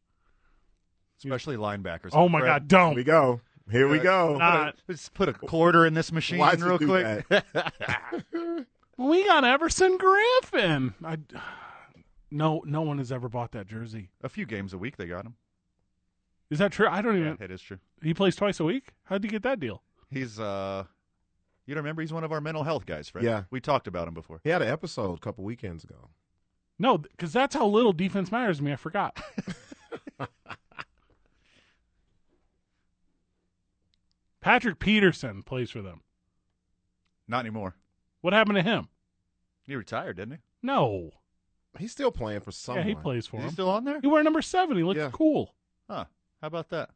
[SPEAKER 3] especially linebackers.
[SPEAKER 2] Oh my
[SPEAKER 3] Brad,
[SPEAKER 2] God,
[SPEAKER 5] Here we
[SPEAKER 2] don't.
[SPEAKER 5] go. Here we go.
[SPEAKER 2] Nah.
[SPEAKER 3] put a- Let's put a quarter in this machine
[SPEAKER 5] Why'd you
[SPEAKER 3] Uh, real
[SPEAKER 5] do
[SPEAKER 3] quick.
[SPEAKER 2] We got Everson Griffin. I no no one has ever bought that jersey.
[SPEAKER 3] a few games a week they got him.
[SPEAKER 2] Is that true? I don't
[SPEAKER 3] Yeah,
[SPEAKER 2] even.
[SPEAKER 3] it is true.
[SPEAKER 2] He plays twice a week. How'd you get that deal?
[SPEAKER 3] He's uh, you don't remember? He's one of our mental health guys, Fred.
[SPEAKER 5] Yeah.
[SPEAKER 3] we talked about him before.
[SPEAKER 5] He had an episode a couple weekends ago.
[SPEAKER 2] No, because that's how little defense matters to me. I forgot. Patrick Peterson plays for them.
[SPEAKER 3] Not anymore.
[SPEAKER 2] What happened to him?
[SPEAKER 3] He retired, didn't he?
[SPEAKER 2] No.
[SPEAKER 5] He's still playing for someone.
[SPEAKER 2] Yeah, he plays for
[SPEAKER 3] Is
[SPEAKER 2] him.
[SPEAKER 3] he still on there?
[SPEAKER 2] He wore number seven. He looks
[SPEAKER 5] Yeah.
[SPEAKER 2] cool.
[SPEAKER 3] Huh? How about that?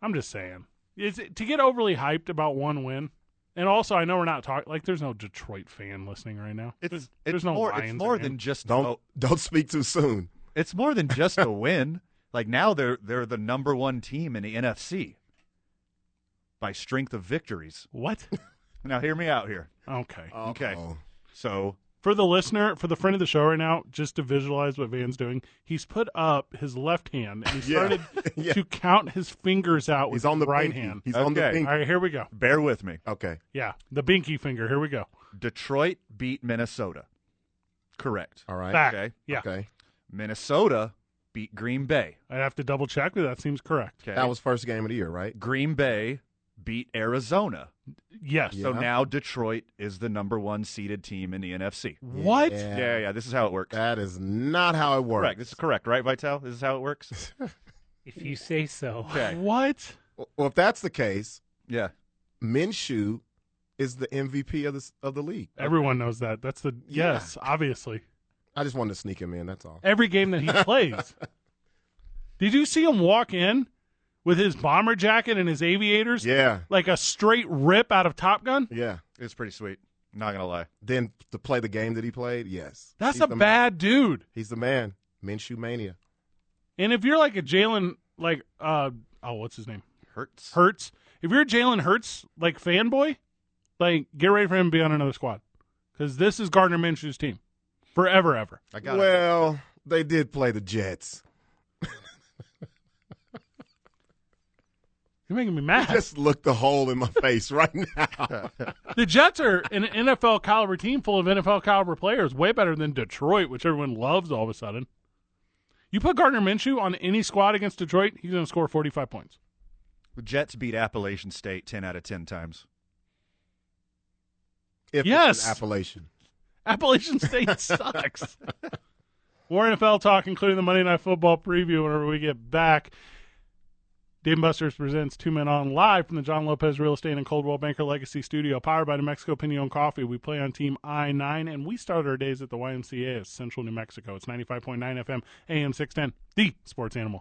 [SPEAKER 2] I'm just saying. Is it, to get overly hyped about one win, and also I know we're not talking like there's no Detroit fan listening right now.
[SPEAKER 3] It's
[SPEAKER 2] there's,
[SPEAKER 3] it's
[SPEAKER 2] there's no
[SPEAKER 3] more
[SPEAKER 2] Lions
[SPEAKER 3] it's more
[SPEAKER 2] fan.
[SPEAKER 3] than just
[SPEAKER 5] Don't
[SPEAKER 3] oh,
[SPEAKER 5] don't speak too soon.
[SPEAKER 3] it's more than just a win. Like now they're they're the number one team in the NFC by strength of victories.
[SPEAKER 2] what?
[SPEAKER 3] Now hear me out here.
[SPEAKER 2] Okay.
[SPEAKER 3] Okay.
[SPEAKER 5] Uh-oh.
[SPEAKER 3] So
[SPEAKER 2] for the listener, for the friend of the show right now, just to visualize what Van's doing, he's put up his left hand and he
[SPEAKER 5] Yeah.
[SPEAKER 2] started
[SPEAKER 5] Yeah.
[SPEAKER 2] to count his fingers out with
[SPEAKER 5] He's on the
[SPEAKER 2] his right
[SPEAKER 5] pinky.
[SPEAKER 2] hand.
[SPEAKER 5] He's on the
[SPEAKER 3] Okay.
[SPEAKER 5] pinky.
[SPEAKER 2] All right, here we go.
[SPEAKER 3] bear with me.
[SPEAKER 5] Okay.
[SPEAKER 2] Yeah, the binky finger. Here we go.
[SPEAKER 3] Detroit beat Minnesota. Correct.
[SPEAKER 5] All right.
[SPEAKER 2] Back.
[SPEAKER 3] Okay.
[SPEAKER 2] Yeah,
[SPEAKER 5] Okay.
[SPEAKER 3] Minnesota beat Green Bay.
[SPEAKER 2] I'd have to double check, but that seems correct.
[SPEAKER 3] Okay.
[SPEAKER 5] That was first game of the year, right?
[SPEAKER 3] Green Bay beat Arizona.
[SPEAKER 2] Yes.
[SPEAKER 5] Yeah.
[SPEAKER 3] So now Detroit is the number one seeded team in the NFC.
[SPEAKER 2] What?
[SPEAKER 5] Yeah.
[SPEAKER 3] Yeah, yeah. This is how it works.
[SPEAKER 5] That is not how it works.
[SPEAKER 3] correct. This is correct, right, Vital? This is how it works.
[SPEAKER 4] If you say so.
[SPEAKER 3] Okay.
[SPEAKER 2] What?
[SPEAKER 5] Well, if that's the case,
[SPEAKER 3] Yeah.
[SPEAKER 5] Minshew is the MVP of the of the league.
[SPEAKER 2] Everyone knows that. That's the
[SPEAKER 5] Yeah.
[SPEAKER 2] yes, obviously.
[SPEAKER 5] I just wanted to sneak him in. That's all.
[SPEAKER 2] Every game that he plays. Did you see him walk in with his bomber jacket and his aviators?
[SPEAKER 5] Yeah,
[SPEAKER 2] Like a straight rip out of Top Gun?
[SPEAKER 5] yeah.
[SPEAKER 3] It's pretty sweet. Not gonna lie.
[SPEAKER 5] Then to play the game that he played, yes,
[SPEAKER 2] That's
[SPEAKER 5] He's
[SPEAKER 2] a
[SPEAKER 5] the man.
[SPEAKER 2] bad dude.
[SPEAKER 5] He's the man. Minshew mania.
[SPEAKER 2] And if you're like a Jalen, like uh oh, what's his name?
[SPEAKER 3] Hurts.
[SPEAKER 2] Hurts. If you're a Jalen Hurts like fanboy, like get ready for him to be on another squad because this is Gardner Minshew's team forever, ever.
[SPEAKER 3] I got it.
[SPEAKER 5] Well, they did play the Jets.
[SPEAKER 2] You're making me mad.
[SPEAKER 5] Just look the hole in my face right now.
[SPEAKER 2] the Jets are an NFL caliber team full of NFL caliber players, way better than Detroit, which everyone loves all of a sudden. You put Gardner Minshew on any squad against Detroit, he's going to score 45 points.
[SPEAKER 3] The Jets beat Appalachian State ten out of ten times.
[SPEAKER 5] If
[SPEAKER 2] Yes.
[SPEAKER 5] it's an Appalachian.
[SPEAKER 2] Appalachian State sucks. More NFL talk, including the Monday Night Football preview whenever we get back. Dave and Buster's presents Two Men On live from the John Lopez Real Estate and Coldwell Banker Legacy Studio, powered by New Mexico Pinion Coffee. We play on Team I 9, and we start our days at the YMCA of Central New Mexico. It's 95.9 FM, AM 610, the sports animal.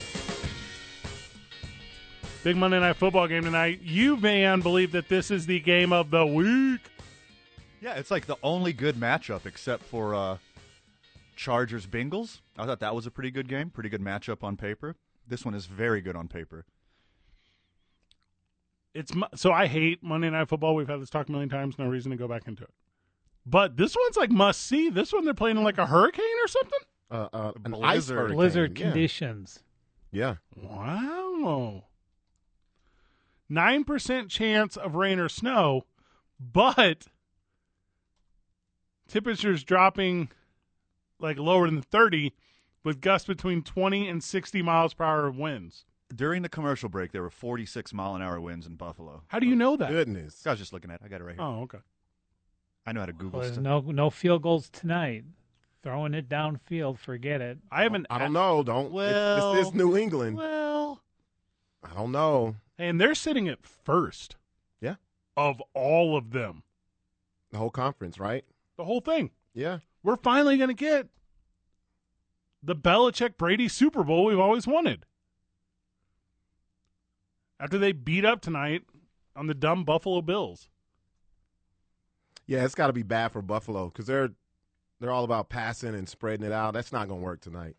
[SPEAKER 2] Big Monday Night Football game tonight. You, Van, believe that this is the game of the week.
[SPEAKER 3] Yeah, it's like the only good matchup except for uh, Chargers Bengals. I thought that was a pretty good game, pretty good matchup on paper. This one is very good on paper.
[SPEAKER 2] it's mo- so I hate Monday Night Football. We've had this talk a million times. No reason to go back into it. But this one's like must see. This one they're playing in like a hurricane or something.
[SPEAKER 5] Uh, uh, an
[SPEAKER 3] Blizzard.
[SPEAKER 5] ice hurricane.
[SPEAKER 4] Blizzard
[SPEAKER 5] yeah.
[SPEAKER 4] conditions.
[SPEAKER 5] Yeah.
[SPEAKER 2] Wow. Nine percent chance of rain or snow, but temperatures dropping like lower than thirty with gusts between 20 and 60 miles per hour winds.
[SPEAKER 3] During the commercial break, there were 46 mile an hour winds in Buffalo.
[SPEAKER 2] How do you know that?
[SPEAKER 5] Goodness.
[SPEAKER 3] I was just looking at. it. I got it right here.
[SPEAKER 2] Oh, okay.
[SPEAKER 3] I know how to Google
[SPEAKER 4] Well, there's
[SPEAKER 3] stuff.
[SPEAKER 4] no no field goals tonight. Throwing it downfield, forget it.
[SPEAKER 2] I haven't.
[SPEAKER 5] I don't know. Don't.
[SPEAKER 3] Well-
[SPEAKER 5] Well, it's, it's New England.
[SPEAKER 3] Well,
[SPEAKER 5] I don't know.
[SPEAKER 2] And they're sitting at first.
[SPEAKER 5] Yeah.
[SPEAKER 2] Of all of them,
[SPEAKER 5] The whole conference, right?
[SPEAKER 2] the whole thing.
[SPEAKER 5] Yeah.
[SPEAKER 2] We're finally going to get the Belichick Brady Super Bowl we've always wanted. After they beat up tonight on the dumb Buffalo Bills.
[SPEAKER 5] Yeah, it's got to be bad for Buffalo because they're they're all about passing and spreading it out. That's not going to work tonight.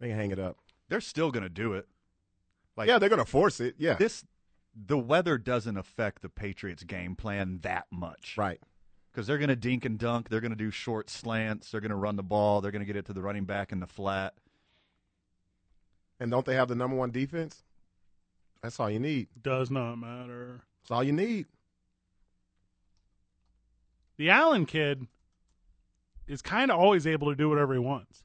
[SPEAKER 5] They can hang it up.
[SPEAKER 3] they're still gonna do it. Like
[SPEAKER 5] yeah, they're going to force it. Yeah,
[SPEAKER 3] this, the weather doesn't affect the Patriots' game plan that much,
[SPEAKER 5] right.
[SPEAKER 3] Because they're gonna dink and dunk. They're gonna do short slants. They're gonna run the ball. They're gonna get it to the running back in the flat.
[SPEAKER 5] And don't they have the number one defense? That's all you need.
[SPEAKER 2] Does not matter.
[SPEAKER 5] That's all you need.
[SPEAKER 2] the Allen kid is kind of always able to do whatever he wants.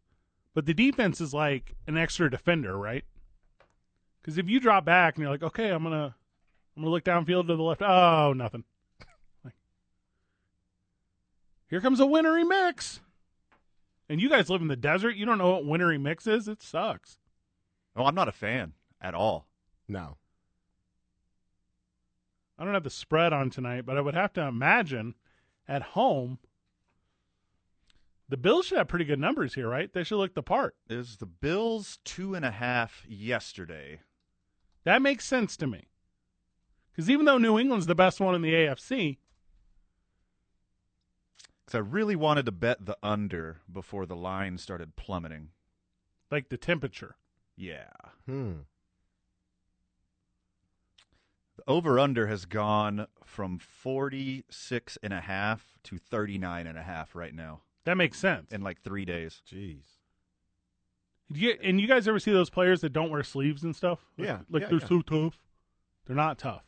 [SPEAKER 2] But the defense is like an extra defender, right? Because if you drop back and you're like, okay, I'm gonna, I'm gonna look downfield to the left. Oh, nothing. Like, here comes a wintry mix. And you guys live in the desert. You don't know what wintry mix is. It sucks.
[SPEAKER 3] Oh, I'm not a fan at all.
[SPEAKER 5] No.
[SPEAKER 2] I don't have the spread on tonight, but I would have to imagine at home, the Bills should have pretty good numbers here, right? They should look the part.
[SPEAKER 3] It was the Bills two and a half yesterday.
[SPEAKER 2] That makes sense to me. Because even though New England's the best one in the AFC,
[SPEAKER 3] Because I really wanted to bet the under before the line started plummeting.
[SPEAKER 2] like the temperature,
[SPEAKER 3] Yeah.
[SPEAKER 5] Hmm.
[SPEAKER 3] The over under has gone from 46 and a half to 39 and a half right now
[SPEAKER 2] that makes sense.
[SPEAKER 3] in like three days.
[SPEAKER 5] Jeez.
[SPEAKER 2] Do you- and you guys ever see those players that don't wear sleeves and stuff? Like-
[SPEAKER 5] Yeah,
[SPEAKER 2] Like
[SPEAKER 5] yeah,
[SPEAKER 2] they're
[SPEAKER 5] yeah.
[SPEAKER 2] so tough. They're not tough.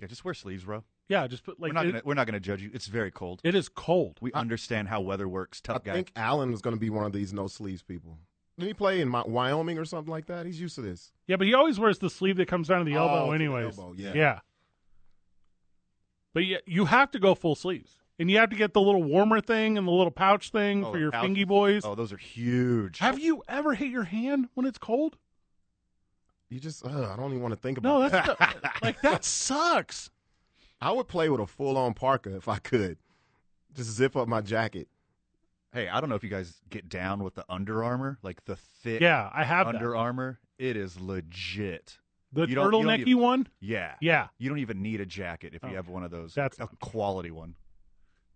[SPEAKER 3] Yeah, just wear sleeves, bro.
[SPEAKER 2] Yeah, just put like
[SPEAKER 3] we're not
[SPEAKER 2] it-
[SPEAKER 3] gonna we're not gonna judge you. It's very cold.
[SPEAKER 2] it is cold.
[SPEAKER 3] we understand how weather works,
[SPEAKER 5] I
[SPEAKER 3] tough guy.
[SPEAKER 5] think Allen was going to be one of these no sleeves people. Didn't he play in Mi- Wyoming or something like that? He's used to this.
[SPEAKER 2] Yeah, but he always wears the sleeve that comes down to the
[SPEAKER 5] Oh,
[SPEAKER 2] elbow,
[SPEAKER 5] to the
[SPEAKER 2] anyways.
[SPEAKER 5] elbow, yeah. But
[SPEAKER 2] But you, you have to go full sleeves, and you have to get the little warmer thing and the little pouch thing
[SPEAKER 3] Oh,
[SPEAKER 2] for your
[SPEAKER 3] pouch-
[SPEAKER 2] fingy boys.
[SPEAKER 3] Oh, those are huge.
[SPEAKER 2] Have you ever hit your hand when it's cold?
[SPEAKER 5] You just, uh, I don't even want to think about
[SPEAKER 2] No,
[SPEAKER 5] that.
[SPEAKER 2] that's the- like that sucks.
[SPEAKER 5] I would play with a full on parka if I could. Just zip up my jacket.
[SPEAKER 3] Hey, I don't know if you guys get down with the Under Armour, like the thick
[SPEAKER 2] Yeah, I have that.
[SPEAKER 3] Under Armour. It is legit.
[SPEAKER 2] the
[SPEAKER 3] you don't- you don't
[SPEAKER 2] turtlenecky
[SPEAKER 3] even-
[SPEAKER 2] one.
[SPEAKER 3] Yeah.
[SPEAKER 2] Yeah.
[SPEAKER 3] You don't even need a jacket if
[SPEAKER 2] Oh.
[SPEAKER 3] you have one of those.
[SPEAKER 2] That's
[SPEAKER 3] a
[SPEAKER 2] not-
[SPEAKER 3] quality one.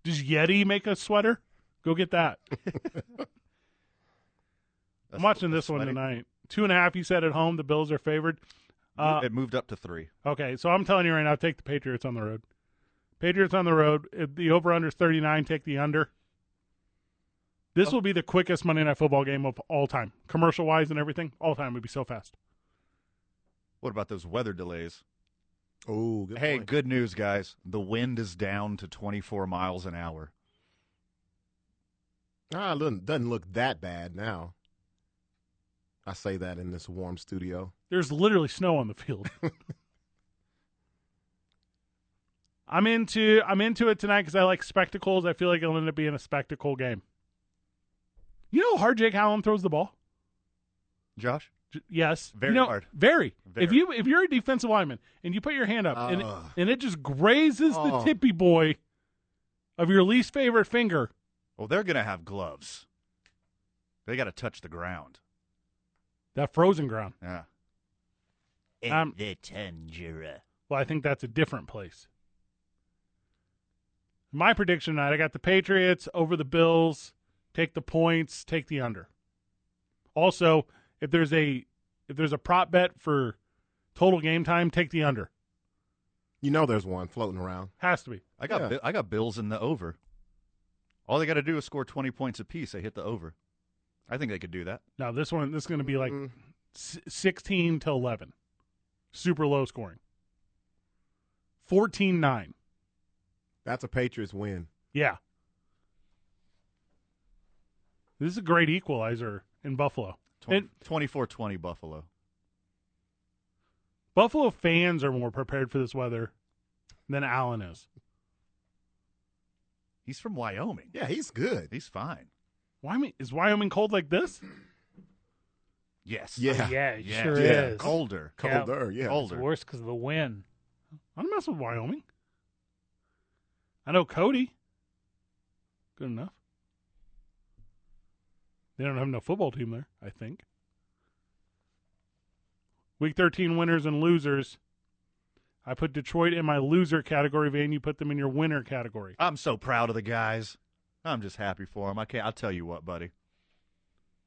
[SPEAKER 2] Does Yeti make a sweater? Go get that. I'm
[SPEAKER 3] That's-
[SPEAKER 2] watching
[SPEAKER 3] that's
[SPEAKER 2] this one
[SPEAKER 3] sweaty.
[SPEAKER 2] tonight. Two and a half. You said at home the Bills are favored. Uh,
[SPEAKER 3] it moved up to three.
[SPEAKER 2] Okay, so I'm telling you right now, take the Patriots on the road. Patriots on the road. If The over under is 39. Take the under.
[SPEAKER 3] Oh.
[SPEAKER 2] This will be the quickest Monday Night Football game of all time, commercial wise and everything. All time would be so fast.
[SPEAKER 3] What about those weather delays?
[SPEAKER 5] Oh, good
[SPEAKER 3] hey,
[SPEAKER 5] point.
[SPEAKER 3] good news, guys. The wind is down to 24 miles an hour.
[SPEAKER 5] Ah, it doesn't- doesn't look that bad now. I say that in this warm studio.
[SPEAKER 2] There's literally snow on the field. I'm into I'm into it tonight because I like spectacles. I feel like it'll end up being a spectacle game. You know how hard Jake Allen throws the ball?
[SPEAKER 3] Josh?
[SPEAKER 2] J- yes,
[SPEAKER 3] Very
[SPEAKER 2] You know,
[SPEAKER 3] hard.
[SPEAKER 2] Very. If
[SPEAKER 3] Very.
[SPEAKER 2] you if you're a defensive lineman and you put your hand up and, it,
[SPEAKER 5] Ugh.
[SPEAKER 2] and it just grazes the
[SPEAKER 5] Oh.
[SPEAKER 2] tippy boy of your least favorite finger,
[SPEAKER 3] Well, they're going to have gloves. They got to touch the ground.
[SPEAKER 2] that frozen ground.
[SPEAKER 3] Yeah.
[SPEAKER 2] Um,
[SPEAKER 3] the Tanjira.
[SPEAKER 2] Well, I think that's a different place. My prediction tonight, I got the Patriots over the Bills, take the points, take the under. Also, if there's a if there's a prop bet for total game time, take the under.
[SPEAKER 5] You know there's one floating around.
[SPEAKER 2] Has to be.
[SPEAKER 3] I got
[SPEAKER 5] Yeah.
[SPEAKER 3] Bi- I got Bills in the over. All they got to do is score 20 points apiece. They hit the over. I think they could do that.
[SPEAKER 2] Now this one this is going to be like
[SPEAKER 5] Mm.
[SPEAKER 2] s- 16 to 11. Super low scoring. 14-9.
[SPEAKER 5] That's a Patriots win.
[SPEAKER 2] Yeah. This is a great equalizer in Buffalo.
[SPEAKER 3] Twen-
[SPEAKER 2] It-
[SPEAKER 3] 24-20 Buffalo.
[SPEAKER 2] Buffalo fans are more prepared for this weather than Allen is.
[SPEAKER 3] He's from Wyoming.
[SPEAKER 5] Yeah, he's good.
[SPEAKER 3] He's fine.
[SPEAKER 2] Wyoming is Wyoming cold like this?
[SPEAKER 3] Yes.
[SPEAKER 5] Yeah.
[SPEAKER 4] Oh, Yeah, it
[SPEAKER 3] Yeah.
[SPEAKER 4] sure
[SPEAKER 5] Yeah.
[SPEAKER 4] is.
[SPEAKER 3] Colder.
[SPEAKER 4] Yeah.
[SPEAKER 5] Colder, yeah.
[SPEAKER 4] It's
[SPEAKER 3] Colder.
[SPEAKER 4] worse because of the wind.
[SPEAKER 2] I don't mess with Wyoming. I know Cody. Good enough. They don't have no football team there, I think. Week 13 winners and losers. I put Detroit in my loser category, Van. You put them in your winner category.
[SPEAKER 3] I'm so proud of the guys. I'm just happy for him. I can't. I'll tell you what, buddy.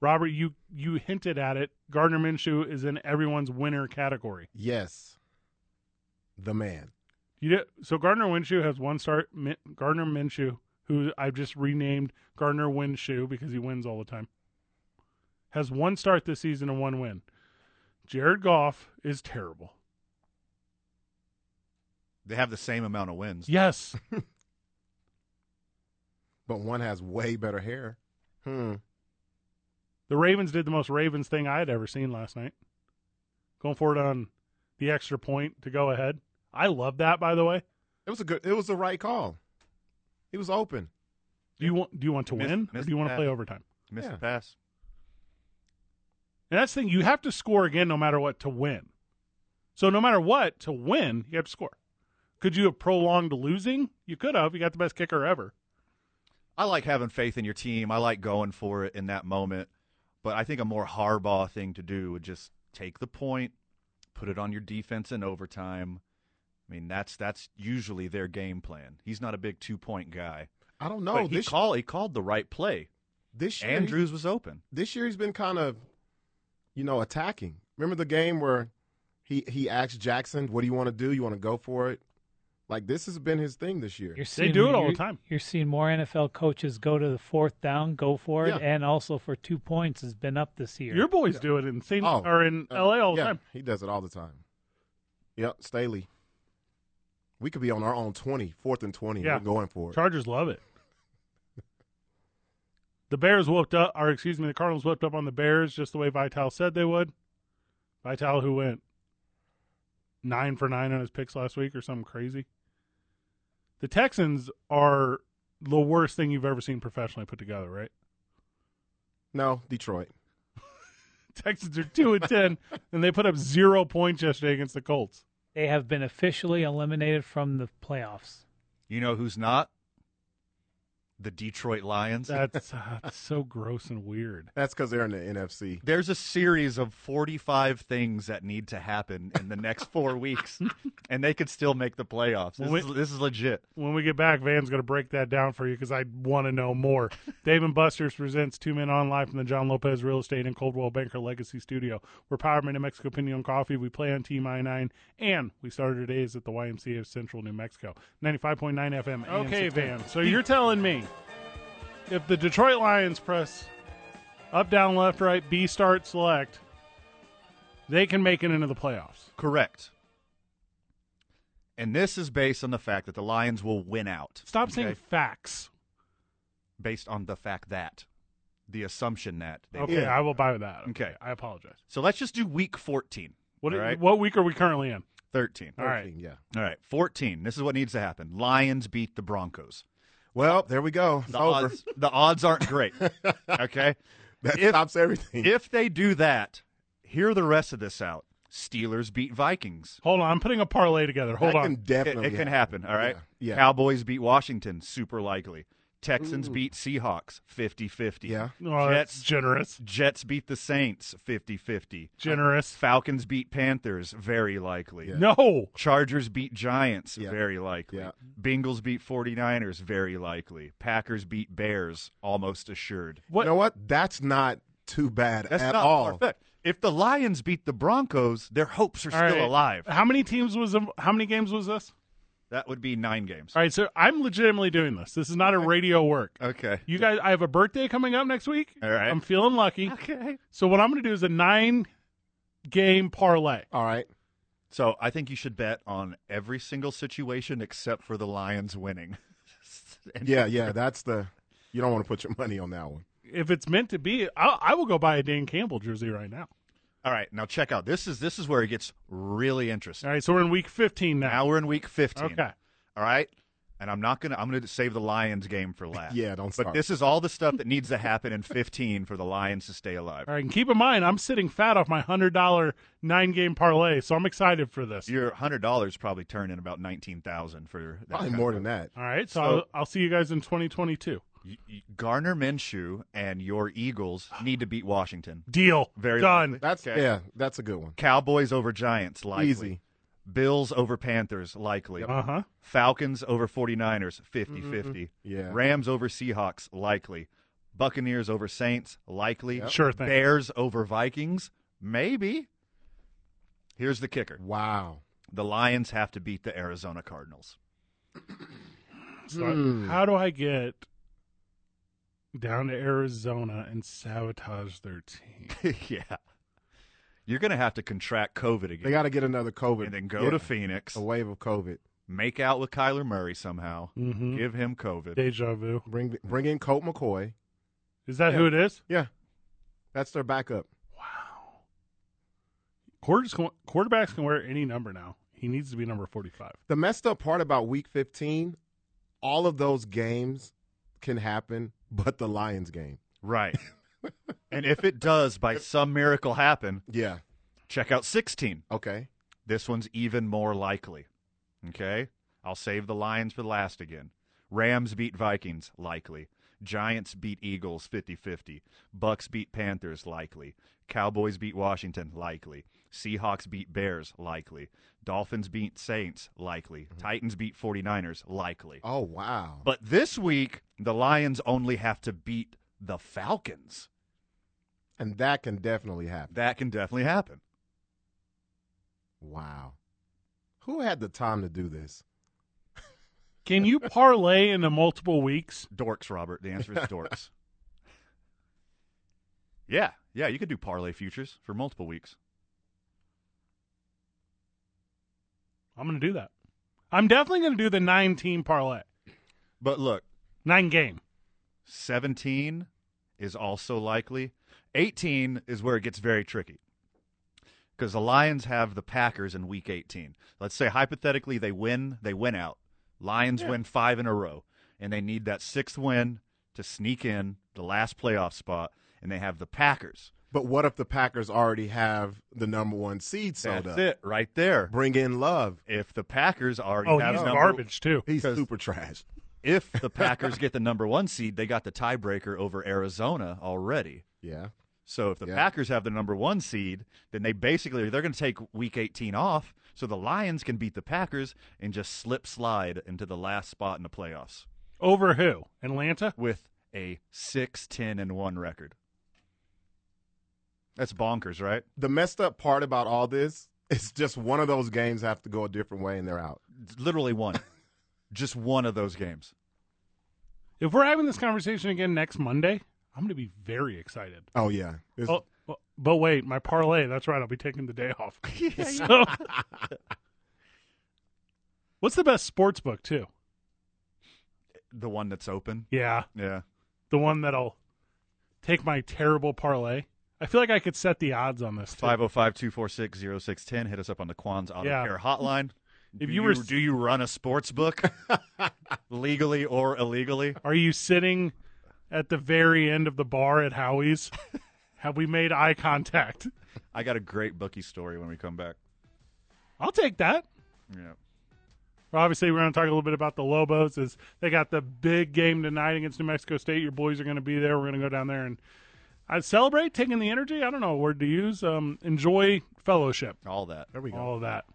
[SPEAKER 2] Robert, you you hinted at it. Gardner Minshew is in everyone's winner category.
[SPEAKER 5] Yes. The man.
[SPEAKER 2] You did, so Gardner Minshew has one start. Min, Gardner Minshew, who I've just renamed Gardner Winshoe because he wins all the time, has one start this season and one win. Jared Goff is terrible.
[SPEAKER 3] They have the same amount of wins.
[SPEAKER 2] Yes,
[SPEAKER 5] But one has way better hair. Hmm.
[SPEAKER 2] the Ravens did the most Ravens thing I had ever seen last night, going forward on the extra point to go ahead. I love that. By the way,
[SPEAKER 5] It was a good it was the right call. He was open.
[SPEAKER 2] do you want do you want to
[SPEAKER 3] Missed-
[SPEAKER 2] win or
[SPEAKER 3] missed
[SPEAKER 2] do you want to
[SPEAKER 3] that.
[SPEAKER 2] play overtime?
[SPEAKER 3] Missed
[SPEAKER 5] Yeah.
[SPEAKER 3] the pass.
[SPEAKER 2] And that's the thing, you have to score again no matter what to win. So no matter what, to win, you have to score. Could you have prolonged losing? You could have. You got the best kicker ever.
[SPEAKER 3] I like having faith in your team. I like going for it in that moment. But I think a more Harbaugh thing to do would just take the point, put it on your defense in overtime. I mean, that's that's usually their game plan. He's not a big two point guy.
[SPEAKER 5] I don't
[SPEAKER 3] No,
[SPEAKER 5] know.
[SPEAKER 3] but he
[SPEAKER 5] This,
[SPEAKER 3] call he called the right play.
[SPEAKER 5] this year he-
[SPEAKER 3] Andrews was open.
[SPEAKER 5] this year he's been kind of, you know, attacking. Remember the game where he he asked Jackson, "What do you want to do? You want to go for it?" Like this has been his thing this year.
[SPEAKER 4] You're seeing,
[SPEAKER 2] do it all the
[SPEAKER 4] you're-
[SPEAKER 2] time.
[SPEAKER 4] You're seeing more NFL coaches go to the fourth down, go for it,
[SPEAKER 5] Yeah.
[SPEAKER 4] and also for two points has been up this year.
[SPEAKER 2] Your boys do it in St.
[SPEAKER 5] Oh,
[SPEAKER 2] or in
[SPEAKER 5] Uh,
[SPEAKER 2] LA all the
[SPEAKER 5] yeah,
[SPEAKER 2] time.
[SPEAKER 5] He does it all the time. Yep, Staley. We could be on our own 20, fourth and 20.
[SPEAKER 2] Yeah.
[SPEAKER 5] We're going for it.
[SPEAKER 2] Chargers love it. The Bears whooped up or excuse me, the Cardinals whooped up on the Bears just the way Vital said they would. Vital who went nine for nine on his picks last week or something crazy. The Texans are the worst thing you've ever seen professionally put together, right?
[SPEAKER 5] No, Detroit.
[SPEAKER 2] Texans are two and ten, and they put up zero points yesterday against the Colts.
[SPEAKER 4] They have been officially eliminated from the playoffs.
[SPEAKER 3] You know who's not? The Detroit Lions.
[SPEAKER 2] That's, uh, that's so gross and weird.
[SPEAKER 5] That's because they're in the NFC.
[SPEAKER 3] There's a series of 45 things that need to happen in the next four weeks, and they could still make the playoffs. This,
[SPEAKER 2] Wait.
[SPEAKER 3] is, this is legit.
[SPEAKER 2] When we get back, Van's going to break that down for you because I want to know more. Dave and Buster's presents Two Men On Live from the John Lopez Real Estate and Coldwell Banker Legacy Studio. We're powered by New Mexico Pinion Coffee. We play on Team I-9, and we started our days at the YMCA of Central New Mexico. 95.9 FM. Okay, Van, so you're telling me if the Detroit Lions press up, down, left, right, B start, select, they can make it into the playoffs.
[SPEAKER 3] Correct. And this is based on the fact that the Lions will win out.
[SPEAKER 2] Stop saying
[SPEAKER 3] okay?
[SPEAKER 2] facts.
[SPEAKER 3] Based on the fact that, the assumption that. They
[SPEAKER 2] Okay, I will buy that.
[SPEAKER 3] Okay.
[SPEAKER 2] I apologize.
[SPEAKER 3] So let's just do week 14.
[SPEAKER 2] What
[SPEAKER 3] all right?
[SPEAKER 2] what week are we currently in?
[SPEAKER 3] 13.
[SPEAKER 2] All right.
[SPEAKER 5] 14, Yeah.
[SPEAKER 3] All right, 14. This is what needs to happen. Lions beat the Broncos.
[SPEAKER 5] Well, there we go. It's
[SPEAKER 3] The
[SPEAKER 5] over.
[SPEAKER 3] odds, the odds aren't great. Okay?
[SPEAKER 5] that
[SPEAKER 3] if-
[SPEAKER 5] stops everything.
[SPEAKER 3] if they do that, hear the rest of this out. Steelers beat Vikings.
[SPEAKER 2] Hold on, I'm putting a parlay together. Hold
[SPEAKER 5] that
[SPEAKER 2] on.
[SPEAKER 5] can
[SPEAKER 3] It,
[SPEAKER 5] definitely
[SPEAKER 3] it can happen, all right?
[SPEAKER 5] Yeah, yeah.
[SPEAKER 3] Cowboys beat Washington, super likely. Texans beat Seahawks, 50-50.
[SPEAKER 5] Yeah.
[SPEAKER 2] oh, that's
[SPEAKER 3] Jets.
[SPEAKER 2] generous.
[SPEAKER 3] Jets beat the Saints, 50-50.
[SPEAKER 2] Generous.
[SPEAKER 3] Falcons beat Panthers, very likely.
[SPEAKER 5] Yeah.
[SPEAKER 2] No.
[SPEAKER 3] Chargers beat Giants,
[SPEAKER 5] Yeah.
[SPEAKER 3] very likely.
[SPEAKER 5] Yeah.
[SPEAKER 3] Bengals beat 49ers, very likely. Packers beat Bears, almost assured.
[SPEAKER 2] What-
[SPEAKER 5] You know what? That's not too bad
[SPEAKER 3] That's
[SPEAKER 5] at
[SPEAKER 3] not
[SPEAKER 5] all.
[SPEAKER 3] far-fetched. If the Lions beat the Broncos, their hopes are
[SPEAKER 2] All
[SPEAKER 3] still
[SPEAKER 2] right.
[SPEAKER 3] alive.
[SPEAKER 2] How many teams was how many games was this?
[SPEAKER 3] That would be nine games.
[SPEAKER 2] All right, so I'm legitimately doing this. This is not a radio work.
[SPEAKER 3] Okay.
[SPEAKER 2] You guys I have a birthday coming up next week.
[SPEAKER 3] All right.
[SPEAKER 2] I'm feeling lucky.
[SPEAKER 3] Okay.
[SPEAKER 2] So what I'm going to do is a 9 game parlay.
[SPEAKER 5] All right.
[SPEAKER 3] So I think you should bet on every single situation except for the Lions winning. And-
[SPEAKER 5] Yeah, yeah. That's the. You don't want to put your money on that one.
[SPEAKER 2] if it's meant to be, I, I will go buy a Dan Campbell jersey right now.
[SPEAKER 3] All right, now check out. This is this is where it gets really interesting.
[SPEAKER 2] All right, so we're in week 15 now.
[SPEAKER 3] Now we're in week 15.
[SPEAKER 2] Okay.
[SPEAKER 3] All right. And I'm not gonna. I'm gonna save the Lions game for last.
[SPEAKER 5] Yeah, don't
[SPEAKER 3] But
[SPEAKER 5] start.
[SPEAKER 3] this is all the stuff that needs to happen in 15 for the Lions to stay alive.
[SPEAKER 2] All right, and keep in mind, I'm sitting fat off my hundred dollar nine game parlay, so I'm excited for this.
[SPEAKER 3] Your hundred dollars probably turned in about nineteen thousand for that
[SPEAKER 5] Probably
[SPEAKER 3] kind
[SPEAKER 5] more
[SPEAKER 3] of-
[SPEAKER 5] than that.
[SPEAKER 2] All right, so,
[SPEAKER 3] So-
[SPEAKER 2] I'll, I'll see you guys in 2022.
[SPEAKER 3] Y- y- Garner Minshew and your Eagles need to beat Washington.
[SPEAKER 2] Deal.
[SPEAKER 3] Very
[SPEAKER 2] done.
[SPEAKER 3] likely.
[SPEAKER 5] That's
[SPEAKER 3] Okay.
[SPEAKER 5] yeah, that's a good one.
[SPEAKER 3] Cowboys over Giants, likely.
[SPEAKER 5] Easy.
[SPEAKER 3] Bills over Panthers, likely.
[SPEAKER 2] Uh huh.
[SPEAKER 3] Falcons over 49ers, 50 50.
[SPEAKER 5] Mm-hmm, Yeah.
[SPEAKER 3] Rams over Seahawks, likely. Buccaneers over Saints, likely.
[SPEAKER 2] Sure thing.
[SPEAKER 3] Bears over Vikings, maybe. Here's the kicker
[SPEAKER 5] Wow.
[SPEAKER 3] the Lions have to beat the Arizona Cardinals.
[SPEAKER 2] So I- how do I get down to Arizona and sabotage their team?
[SPEAKER 3] yeah. You're going to have to contract COVID again.
[SPEAKER 5] They got to get another COVID.
[SPEAKER 3] and then go
[SPEAKER 5] Yeah.
[SPEAKER 3] to Phoenix,
[SPEAKER 5] a wave of COVID.
[SPEAKER 3] make out with Kyler Murray somehow,
[SPEAKER 2] Mm-hmm.
[SPEAKER 3] give him COVID.
[SPEAKER 2] Deja vu.
[SPEAKER 5] Bring bring in Colt McCoy.
[SPEAKER 2] Is that who it is?
[SPEAKER 5] Yeah, that's their backup.
[SPEAKER 2] Wow. Quarters, quarterbacks can wear any number now. He needs to be number 45.
[SPEAKER 5] The messed up part about Week 15, all of those games can happen, but the Lions game.
[SPEAKER 3] Right. and if it does by some miracle happen,
[SPEAKER 5] Yeah.
[SPEAKER 3] check out 16.
[SPEAKER 5] Okay.
[SPEAKER 3] This one's even more likely. Okay? I'll save the Lions for last again. Rams beat Vikings, likely. Giants beat Eagles 50 50. Bucks beat Panthers, likely. Cowboys beat Washington, likely. Seahawks beat Bears, likely. Dolphins beat Saints, likely. Titans beat 49ers, likely.
[SPEAKER 5] Oh wow.
[SPEAKER 3] But this week, the Lions only have to beat the Falcons.
[SPEAKER 5] and that can definitely happen.
[SPEAKER 3] That can definitely happen.
[SPEAKER 5] Wow. Who had the time to do this?
[SPEAKER 2] Can you parlay into multiple weeks?
[SPEAKER 3] Dorks, Robert. The answer is dorks. yeah, yeah, you could do parlay futures for multiple weeks.
[SPEAKER 2] I'm going to do that. I'm definitely going to do the nine team parlay,
[SPEAKER 3] But look,
[SPEAKER 2] nine game.
[SPEAKER 3] 17 is also likely. 18 is where it gets very tricky. Because the Lions have the Packers in week 18. Let's say hypothetically they win, they win out. Lions win 5 in a row and they need that 6th win to sneak in the last playoff spot and they have the Packers.
[SPEAKER 5] But what if the Packers already have the number one seed sold
[SPEAKER 3] That's
[SPEAKER 5] up?
[SPEAKER 3] it right there.
[SPEAKER 5] Bring in love.
[SPEAKER 3] uh, If the Packers already
[SPEAKER 2] Oh,
[SPEAKER 3] have
[SPEAKER 2] he's
[SPEAKER 3] number-
[SPEAKER 2] garbage, too.
[SPEAKER 5] He's
[SPEAKER 3] 'Cause-
[SPEAKER 5] super trash.
[SPEAKER 3] if the Packers get the number one seed, they got the tiebreaker over Arizona already.
[SPEAKER 5] Yeah.
[SPEAKER 3] So if the
[SPEAKER 5] Yeah.
[SPEAKER 3] Packers have the number one seed, then they basically they're going to take Week 18 off, so the Lions can beat the Packers and just slip slide into the last spot in the playoffs
[SPEAKER 2] Over who? Atlanta?
[SPEAKER 3] with a 6-10 and one record. That's bonkers, right?
[SPEAKER 5] The messed up part about all this is just one of those games have to go a different way and they're out.
[SPEAKER 3] It's Literally one, just one of those games.
[SPEAKER 2] If we're having this conversation again next Monday, I'm going to be very excited.
[SPEAKER 5] Oh yeah. It's-
[SPEAKER 2] Oh, bu- but wait, my parlay. That's right. I'll be taking the day off. So- what's the best sports book too?
[SPEAKER 3] The one that's open,
[SPEAKER 2] Yeah,
[SPEAKER 3] yeah.
[SPEAKER 2] the one that'll take my terrible parlay. I feel like I could set the odds on this. Too.
[SPEAKER 3] 505-246-0610. Hit us up on the Quan's Auto
[SPEAKER 2] Yeah.
[SPEAKER 3] Care Hotline.
[SPEAKER 2] If
[SPEAKER 3] do
[SPEAKER 2] you were-
[SPEAKER 3] do you run a sports book legally or illegally?
[SPEAKER 2] Are you sitting at the very end of the bar at Howie's? Have we made eye contact?
[SPEAKER 3] I got a great bookie story when we come back.
[SPEAKER 2] I'll take that.
[SPEAKER 3] Yeah.
[SPEAKER 2] Obviously, we're going to talk a little bit about the Lobos. Is they got the big game tonight against New Mexico State. Your boys are going to be there. We're going to go down there and I celebrate taking the energy. I don't know a word to use. Um, enjoy fellowship.
[SPEAKER 3] All that.
[SPEAKER 5] there we go.
[SPEAKER 2] All of that.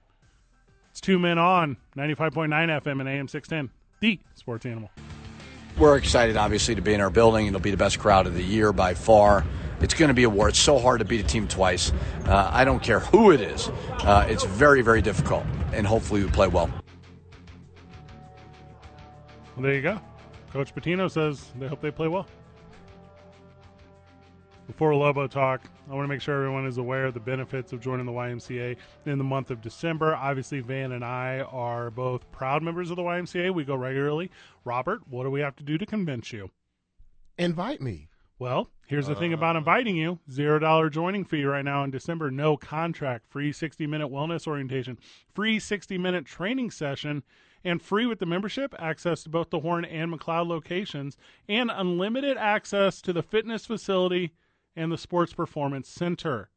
[SPEAKER 2] It's two men on ninety five point nine FM and AM six ten. The sports animal.
[SPEAKER 7] We're excited, obviously, to be in our building. It'll be the best crowd of the year by far. It's going to be a war. It's so hard to beat a team twice. Uh, I don't care who it is. Uh, it's very, very difficult, and hopefully we play well.
[SPEAKER 2] Well, there you go. Coach Patino says they hope they play well. Before Lobo talk, I want to make sure everyone is aware of the benefits of joining the YMCA in the month of December. Obviously, Van and I are both proud members of the YMCA. We go regularly. Robert, what do we have to do to convince you?
[SPEAKER 5] Invite me.
[SPEAKER 2] Well, here's the thing about inviting you zero dollar joining fee right now in December. No contract, free 60 minute wellness orientation, free 60 minute training session, and free with the membership access to both the Horn and McLeod locations, and unlimited access to the fitness facility and the Sports Performance Center.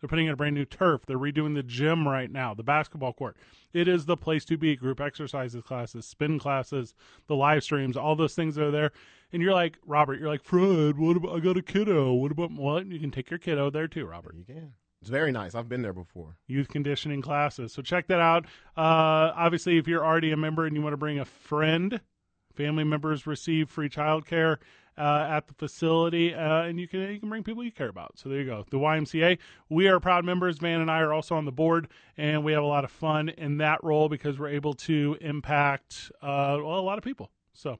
[SPEAKER 2] They're putting in a brand new turf. They're redoing the gym right now, the basketball court. It is the place to be. Group exercises classes, spin classes, the live streams, all those things are there. And you're like, Robert, you're like, Fred, what about, I got a kiddo. What about, what? You can take your kiddo there too, Robert
[SPEAKER 5] You can. It's very nice. I've been there before.
[SPEAKER 2] youth conditioning classes. So check that out. Uh, obviously, if you're already a member and you want to bring a friend, family members receive free childcare uh, at the facility, uh, and you can you can bring people you care about. So there you go. The YMCA. We are proud members. Van and I are also on the board, and we have a lot of fun in that role because we're able to impact uh, well, a lot of people. So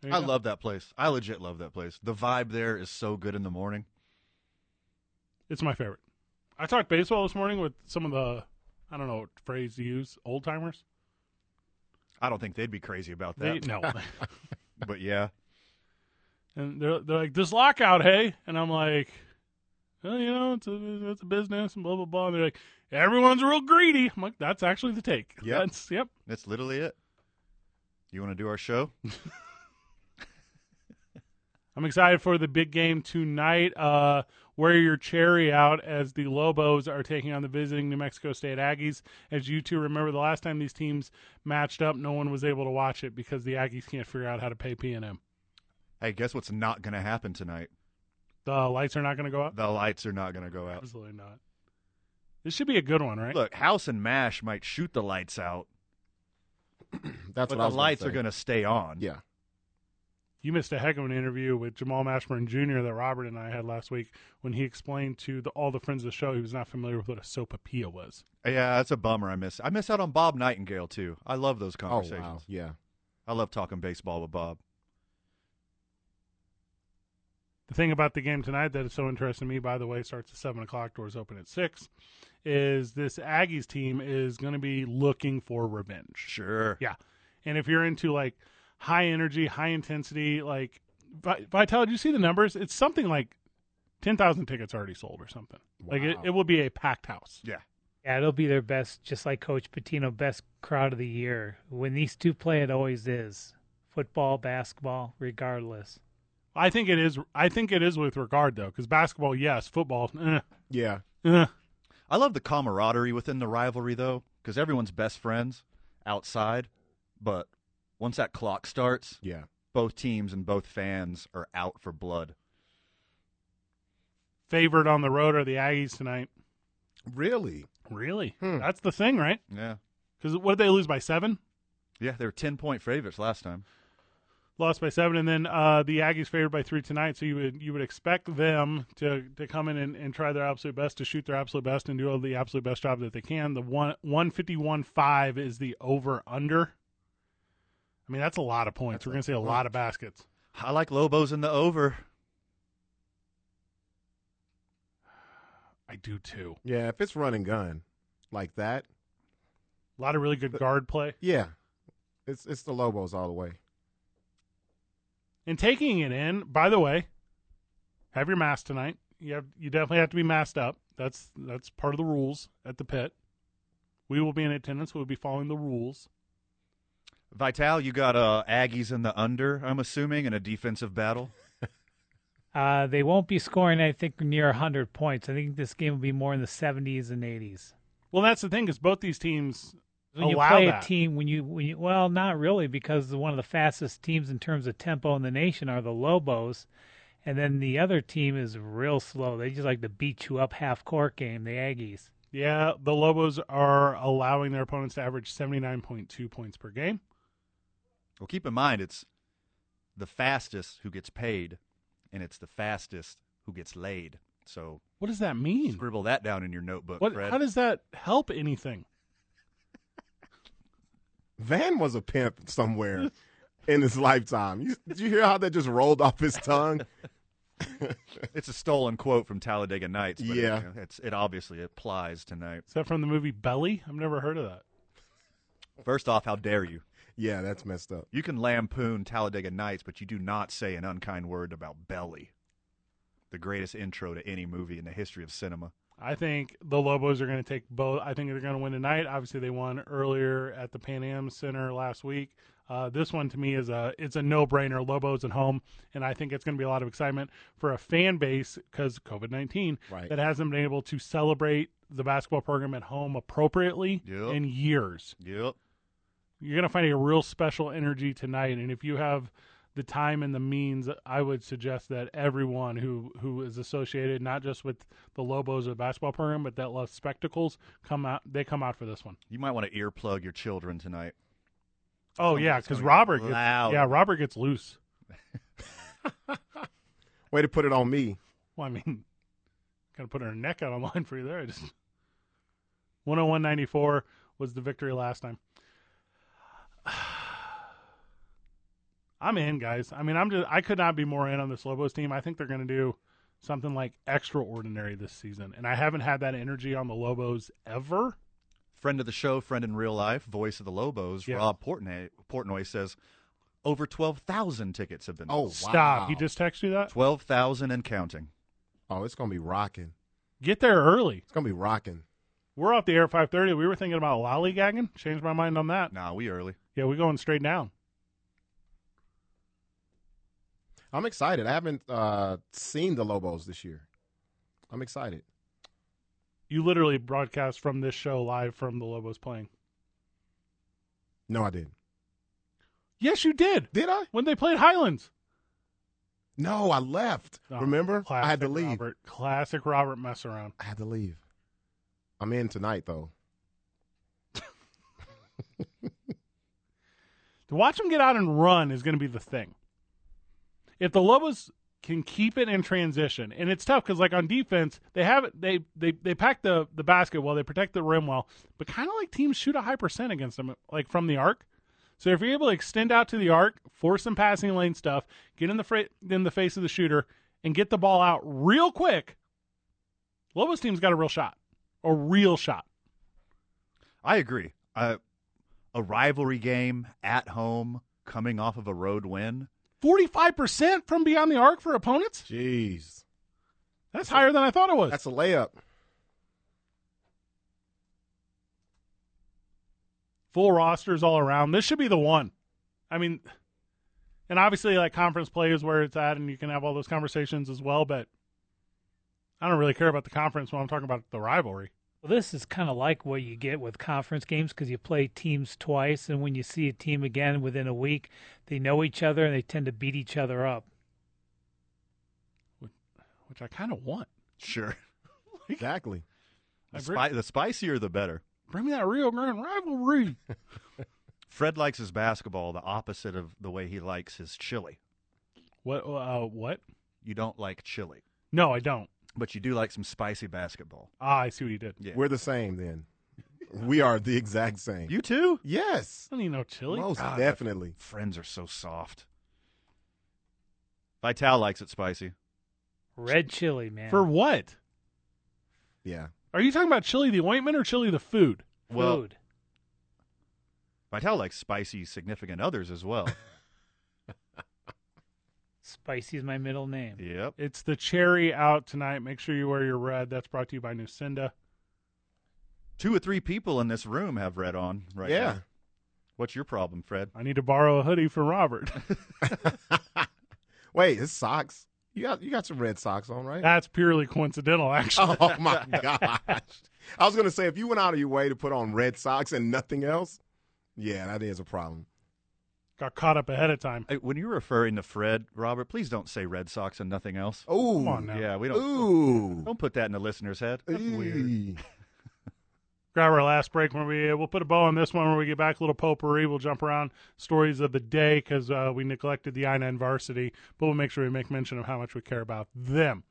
[SPEAKER 2] there you
[SPEAKER 3] I
[SPEAKER 2] go.
[SPEAKER 3] love that place. I legit love that place. The vibe there is so good in the morning.
[SPEAKER 2] it's my favorite. I talked baseball this morning with some of the I don't know what phrase to use old timers.
[SPEAKER 3] I don't think they'd be crazy about
[SPEAKER 2] They
[SPEAKER 3] that.
[SPEAKER 2] no.
[SPEAKER 3] But yeah.
[SPEAKER 2] and they're they're like this lockout, hey, and I'm like, well, you know, it's a it's a business and blah blah blah. And they're like, everyone's real greedy. I'm like, that's actually the take.
[SPEAKER 5] Yep.
[SPEAKER 2] That's- yep.
[SPEAKER 3] That's literally it. You want to do our show?
[SPEAKER 2] I'm excited for the big game tonight. Uh, wear your cherry out as the Lobos are taking on the visiting New Mexico State Aggies. As you two remember, the last time these teams matched up, no one was able to watch it because the Aggies can't figure out how to pay P and M.
[SPEAKER 3] Hey, guess what's not going to happen tonight?
[SPEAKER 2] The lights are not going to go out.
[SPEAKER 3] The lights are not going to go out.
[SPEAKER 2] Absolutely not. This should be a good one, right?
[SPEAKER 3] Look, House and Mash might shoot the lights out,
[SPEAKER 5] That's
[SPEAKER 3] but
[SPEAKER 5] what I
[SPEAKER 3] the
[SPEAKER 5] was gonna
[SPEAKER 3] lights are
[SPEAKER 5] say.
[SPEAKER 3] going to stay on.
[SPEAKER 5] Yeah. Oh,
[SPEAKER 2] You missed a heck of an interview with Jamal Mashburn Jr. that Robert and I had last week when he explained to the, all the friends of the show he was not familiar with what a sopapilla was.
[SPEAKER 3] Yeah, that's a bummer. I miss. I miss out on Bob Nightingale too. I love those
[SPEAKER 5] Oh
[SPEAKER 3] conversations.
[SPEAKER 5] wow. Yeah.
[SPEAKER 3] I love talking baseball with Bob.
[SPEAKER 2] The thing about the game tonight that is so interesting to me, by the way, starts at 7 o'clock, doors open at 6, is this Aggies team is going to be looking for revenge.
[SPEAKER 3] Sure.
[SPEAKER 2] Yeah. And if you're into like high energy, high intensity, like Vi- Vital, did you see the numbers? It's something like 10,000 tickets already sold or something. Like it,
[SPEAKER 5] Wow.
[SPEAKER 2] it will be a packed house.
[SPEAKER 3] Yeah.
[SPEAKER 4] Yeah, it'll be their best, just like Coach Patino, best crowd of the year. When these two play, it always is football, basketball, regardless.
[SPEAKER 2] I think it is. I think it is with regard though, because basketball, yes, football. eh,
[SPEAKER 5] Yeah.
[SPEAKER 2] eh.
[SPEAKER 3] I love the camaraderie within the rivalry though, because everyone's best friends outside. But once that clock starts,
[SPEAKER 5] Yeah.
[SPEAKER 3] both teams and both fans are out for blood.
[SPEAKER 2] Favored on the road are the Aggies tonight.
[SPEAKER 5] Really?
[SPEAKER 2] Really,
[SPEAKER 5] Hmm.
[SPEAKER 2] that's the thing, right?
[SPEAKER 3] Yeah.
[SPEAKER 2] Because what did they lose by seven?
[SPEAKER 3] Yeah, they were ten point favorites last time.
[SPEAKER 2] Lost by seven, and then uh, the Aggies favored by three tonight. So you would you would expect them to to come in and, and try their absolute best to shoot their absolute best and do all the absolute best job that they can. The one one fifty one five is the over under. I mean, that's a lot of points. We're gonna see a lot of baskets.
[SPEAKER 3] I like Lobos in the over.
[SPEAKER 2] I do too.
[SPEAKER 5] Yeah. If it's run and gun like that,
[SPEAKER 2] A lot of really good guard play.
[SPEAKER 5] yeah, it's it's the Lobos all the way.
[SPEAKER 2] and taking it in. By the way, have your mask tonight. You have you definitely have to be masked up. That's that's part of the rules at the pit. We will be in attendance. We'll be following the rules.
[SPEAKER 3] Vital, you got uh, Aggies in the under. I'm assuming in a defensive battle.
[SPEAKER 4] Uh, they won't be scoring, I think, near 100 points. I think this game will be more in the 70s and 80s.
[SPEAKER 2] Well, that's the thing because both these teams
[SPEAKER 4] When you
[SPEAKER 2] allow
[SPEAKER 4] play
[SPEAKER 2] that.
[SPEAKER 4] a team, when you, when you, well, not really, because one of the fastest teams in terms of tempo in the nation are the Lobos. And then the other team is real slow. They just like to beat you up half court game, the Aggies.
[SPEAKER 2] Yeah, the Lobos are allowing their opponents to average seventy nine point two points per game.
[SPEAKER 3] Well, keep in mind it's the fastest who gets paid, and it's the fastest who gets laid. So
[SPEAKER 2] What does that mean?
[SPEAKER 3] scribble that down in your notebook,
[SPEAKER 2] Hmm. What?
[SPEAKER 3] Fred.
[SPEAKER 2] How does that help anything?
[SPEAKER 5] Van was a pimp somewhere in his lifetime. You, did you hear how that just rolled off his tongue?
[SPEAKER 3] it's a stolen quote from Talladega Nights. But
[SPEAKER 5] Yeah.
[SPEAKER 3] it, you know, it's it obviously applies tonight.
[SPEAKER 2] Is that from the movie Belly? I've never heard of that.
[SPEAKER 3] First off, how dare you?
[SPEAKER 5] Yeah, that's messed up.
[SPEAKER 3] You can lampoon Talladega Nights, but you do not say an unkind word about belly. the greatest intro to any movie in the history of cinema.
[SPEAKER 2] I think the Lobos are going to take both. I think they're going to win tonight. Obviously, they won earlier at the Pan Am Center last week. Uh, this one to me is a it's a no brainer. Lobos at home, and I think it's going to be a lot of excitement for a fan base because COVID nineteen
[SPEAKER 5] Right.
[SPEAKER 2] that hasn't been able to celebrate the basketball program at home appropriately
[SPEAKER 3] Yep.
[SPEAKER 2] in years
[SPEAKER 3] Yep.
[SPEAKER 2] you're gonna find a real special energy tonight and if you have the time and the means i would suggest that everyone who who is associated not just with the lobos of the basketball program but that loves spectacles come out they come out for this one.
[SPEAKER 3] You might want to earplug your children tonight.
[SPEAKER 2] Oh
[SPEAKER 3] Sounds-
[SPEAKER 2] yeah
[SPEAKER 3] it's
[SPEAKER 2] because
[SPEAKER 3] gonna be
[SPEAKER 2] robert gets,
[SPEAKER 3] loud.
[SPEAKER 2] yeah robert gets loose
[SPEAKER 5] Way to put it on me.
[SPEAKER 2] well i mean gotta put her neck out on the line for you there I just 101.94 was the victory last time I'm in, guys. I mean, I'm just I could not be more in on this Lobos team. I think they're going to do something like extraordinary this season, and I haven't had that energy on the Lobos ever.
[SPEAKER 3] Friend of the show, friend in real life, voice of the Lobos,
[SPEAKER 2] Yeah.
[SPEAKER 3] Rob Portnoy, Portnoy says over 12,000 tickets have been
[SPEAKER 5] Oh, wow.
[SPEAKER 2] Stop. He just texted you that.
[SPEAKER 3] 12,000 and counting.
[SPEAKER 5] Oh, it's gonna be rocking.
[SPEAKER 2] Get there early.
[SPEAKER 5] It's gonna be rocking.
[SPEAKER 2] We're off the air 5:30. We were thinking about lollygagging. Changed my mind on that.
[SPEAKER 3] Nah, we early.
[SPEAKER 2] Yeah, we're going straight down.
[SPEAKER 5] I'm excited. I haven't uh, seen the Lobos this year. I'm excited.
[SPEAKER 2] You literally broadcast from this show live from the Lobos playing.
[SPEAKER 5] No, I didn't.
[SPEAKER 2] Yes, you did.
[SPEAKER 5] Did I?
[SPEAKER 2] When they played Highlands.
[SPEAKER 5] No, I left.
[SPEAKER 2] Oh,
[SPEAKER 5] Remember? I had to
[SPEAKER 2] classic
[SPEAKER 5] leave.
[SPEAKER 2] Robert. Classic Robert mess around.
[SPEAKER 5] I had to leave. I'm in tonight though.
[SPEAKER 2] To watch them get out and run is going to be the thing. If the Lobos can keep it in transition, and it's tough because, like on defense, they have it. They they they pack the the basket well, they protect the rim well, but kind of like teams shoot a high percent against them, like from the arc. So if you're able to extend out to the arc, force some passing lane stuff, get in the fra- in the face of the shooter, and get the ball out real quick, Lobos team's got a real shot, a real shot.
[SPEAKER 3] I agree. Uh, a rivalry game at home coming off of a road win.
[SPEAKER 2] Forty five percent from beyond the arc for opponents.
[SPEAKER 5] Jeez,
[SPEAKER 2] That's higher than I thought it was.
[SPEAKER 5] that's a layup.
[SPEAKER 2] full rosters all around. This should be the one. I mean, and obviously, like conference play is where it's at, and you can have all those conversations as well. But I don't really care about the conference when I'm talking about the rivalry.
[SPEAKER 4] Well, this is kind of like what you get with conference games because you play teams twice, and when you see a team again within a week, they know each other and they tend to beat each other up.
[SPEAKER 2] Which I kind of want.
[SPEAKER 3] Sure.
[SPEAKER 5] Exactly.
[SPEAKER 3] The,
[SPEAKER 2] I agree.
[SPEAKER 3] spi- the spicier, the better.
[SPEAKER 2] Bring me that Rio Grande rivalry.
[SPEAKER 3] Fred likes his basketball the opposite of the way he likes his chili.
[SPEAKER 2] what? Uh, what?
[SPEAKER 3] You don't like chili,
[SPEAKER 2] No, I don't.
[SPEAKER 3] but you do like some spicy basketball.
[SPEAKER 2] Ah, I see what you did.
[SPEAKER 3] Yeah.
[SPEAKER 5] We're the same then. We are the exact same.
[SPEAKER 3] You too?
[SPEAKER 5] yes,
[SPEAKER 2] I don't need no chili.
[SPEAKER 5] most
[SPEAKER 3] God,
[SPEAKER 5] definitely.
[SPEAKER 3] Friends are so soft. Vital likes it spicy.
[SPEAKER 4] Red chili, man.
[SPEAKER 2] For what?
[SPEAKER 5] Yeah,
[SPEAKER 2] Are you talking about chili the ointment or chili the food?
[SPEAKER 3] Well,
[SPEAKER 4] food.
[SPEAKER 3] Vital likes spicy significant others as well.
[SPEAKER 4] Spicy is my middle name.
[SPEAKER 3] yep.
[SPEAKER 2] It's the cherry out tonight. Make sure you wear your red. That's brought to you by Nucinda.
[SPEAKER 3] Two or three people in this room have red on right
[SPEAKER 5] yeah.
[SPEAKER 3] now. What's your problem, Fred?
[SPEAKER 2] I need to borrow a hoodie from Robert.
[SPEAKER 5] Wait, it's socks. You got you got some red socks on,
[SPEAKER 3] Uh,
[SPEAKER 5] right?
[SPEAKER 2] That's purely coincidental, actually.
[SPEAKER 5] oh my gosh! I was gonna say if you went out of your way to put on red socks and nothing else, yeah, that is a problem.
[SPEAKER 2] Got caught up ahead of time.
[SPEAKER 3] Hey, Uh, When you're referring to Fred, Robert, please don't say Red Sox and nothing else.
[SPEAKER 5] Ooh,
[SPEAKER 2] Come on now.
[SPEAKER 3] Yeah, we don't
[SPEAKER 5] ooh,
[SPEAKER 3] don't put that in the listener's head.
[SPEAKER 5] Eee.
[SPEAKER 2] Grab our last break when we uh, we'll put a bow on this one when we get back. A little potpourri. We'll jump around stories of the day because uh, we neglected the I-9 varsity, but we'll make sure we make mention of how much we care about them.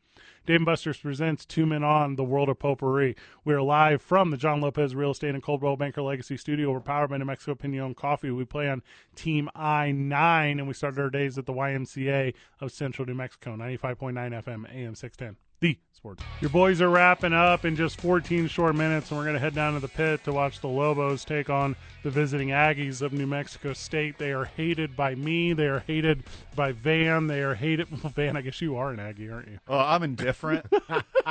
[SPEAKER 2] Dave and Buster's presents Two Men on the World of Potpourri. We are live from the John Lopez Real Estate and Coldwell Banker Legacy Studio. We're powered by New Mexico Pinon Coffee. We play on Team I 9, and we started our days at the YMCA of Central New Mexico, 95.9 FM, AM 610. the sports. Your boys are wrapping up in just 14 short minutes, and we're going to head down to the pit to watch the Lobos take on the visiting Aggies of New Mexico State. They are hated by me. They are hated by Van. They are hated. Well, Van, I guess you are an Aggie, aren't you?
[SPEAKER 3] Oh, I'm indifferent.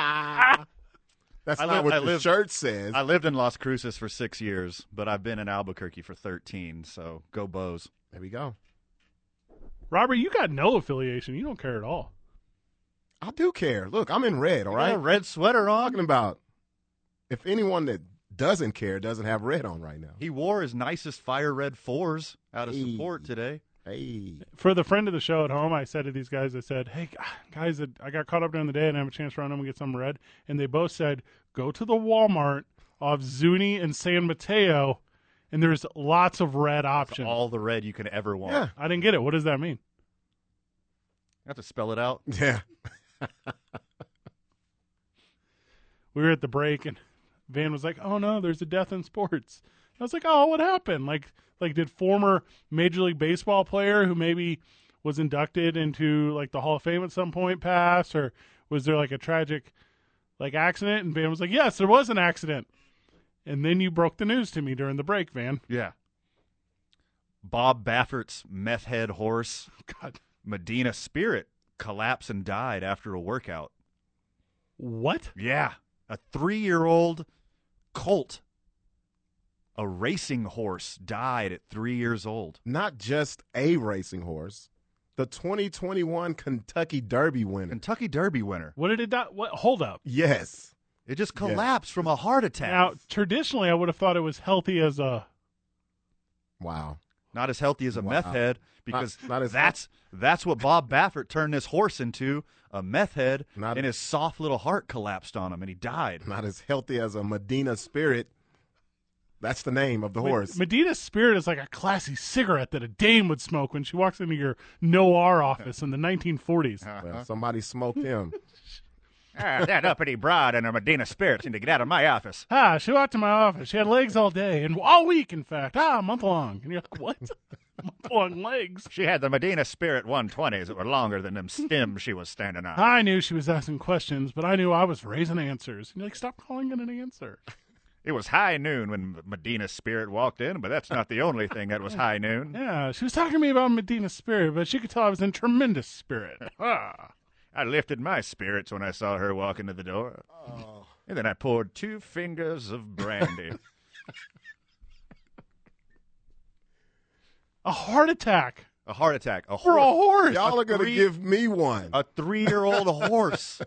[SPEAKER 5] That's
[SPEAKER 3] I
[SPEAKER 5] not
[SPEAKER 3] live-
[SPEAKER 5] what
[SPEAKER 3] I
[SPEAKER 5] the
[SPEAKER 3] live-
[SPEAKER 5] shirt says.
[SPEAKER 3] I lived in Las Cruces for six years, but I've been in Albuquerque for 13. So go Bows.
[SPEAKER 5] there we go.
[SPEAKER 2] Robert, you got no affiliation. You don't care at all.
[SPEAKER 5] I do care. Look, I'm in red. All
[SPEAKER 3] Got
[SPEAKER 5] right.
[SPEAKER 3] a red sweater
[SPEAKER 5] talking
[SPEAKER 3] on.
[SPEAKER 5] about if anyone that doesn't care doesn't have red on right now.
[SPEAKER 3] He wore his nicest fire red fours out of
[SPEAKER 5] Hey.
[SPEAKER 3] support today.
[SPEAKER 5] Hey,
[SPEAKER 2] for the friend of the show at home, I said to these guys, I said, "Hey gu- guys, I- I got caught up during the day and I have a chance to run home and get some red." And they both said, "Go to the Walmart off Zuni and San Mateo, and there's lots of red
[SPEAKER 3] It's
[SPEAKER 2] options."
[SPEAKER 3] all the red you can ever want.
[SPEAKER 5] Yeah.
[SPEAKER 2] I didn't get it. What does that mean?
[SPEAKER 3] You have to spell it out.
[SPEAKER 5] yeah.
[SPEAKER 2] We were at the break, and Van was like, "Oh no, there's a death in sports." I was like, "Oh, what happened?" Like, like did former Major League Baseball player who maybe was inducted into like the Hall of Fame at some point pass, or was there like a tragic like accident? And Van was like, "Yes, there was an accident." And then you broke the news to me during the break, Van.
[SPEAKER 3] Yeah. Bob Baffert's meth head horse,
[SPEAKER 2] God,
[SPEAKER 3] Medina Spirit, collapsed and died after a workout.
[SPEAKER 2] what?
[SPEAKER 3] Yeah. A three year old colt, a racing horse, died at three years old.
[SPEAKER 5] Not just a racing horse, the 2021 Kentucky Derby winner.
[SPEAKER 3] Kentucky Derby winner.
[SPEAKER 2] What did it? Do- what? Hold up.
[SPEAKER 5] Yes.
[SPEAKER 3] It just
[SPEAKER 5] Yeah.
[SPEAKER 3] collapsed from a heart attack.
[SPEAKER 2] Now, traditionally, I would have thought it was healthy as a.
[SPEAKER 5] Wow.
[SPEAKER 3] not as healthy as a
[SPEAKER 5] Wow.
[SPEAKER 3] meth head because
[SPEAKER 5] not as-
[SPEAKER 3] that's that's what Bob Baffert turned this horse into a meth head,
[SPEAKER 5] Not-
[SPEAKER 3] and his soft little heart collapsed on him, and he died.
[SPEAKER 5] Not as healthy as a Medina Spirit. That's the name of the horse.
[SPEAKER 2] Medina Spirit is like a classy cigarette that a dame would smoke when she walks into your Noir office in the 1940s.
[SPEAKER 5] Well, somebody smoked him.
[SPEAKER 3] Ah, that uppity broad and her Medina spirit seem to get out of my office.
[SPEAKER 2] Ah, she walked to my office. She had legs all day and all week, in fact. Ah, a month long. And you're like, what? month long legs?
[SPEAKER 3] She had the Medina spirit 120s that were longer than them stems she was standing on.
[SPEAKER 2] I knew she was asking questions, but I knew I was raising answers. And you're like, stop calling it an answer.
[SPEAKER 3] It was high noon when Medina spirit walked in, but that's not the only thing that was high noon.
[SPEAKER 2] Yeah, she was talking to me about Medina Spirit, but she could tell I was in tremendous spirit. Ah.
[SPEAKER 3] I lifted my spirits when I saw her walk into the door.
[SPEAKER 5] Oh.
[SPEAKER 3] And then I poured two fingers of brandy.
[SPEAKER 2] A heart attack
[SPEAKER 3] a heart attack. A
[SPEAKER 2] for a
[SPEAKER 3] horse-
[SPEAKER 2] horse.
[SPEAKER 5] Y'all are going to
[SPEAKER 3] three-
[SPEAKER 5] give me one.
[SPEAKER 3] a three-year-old horse.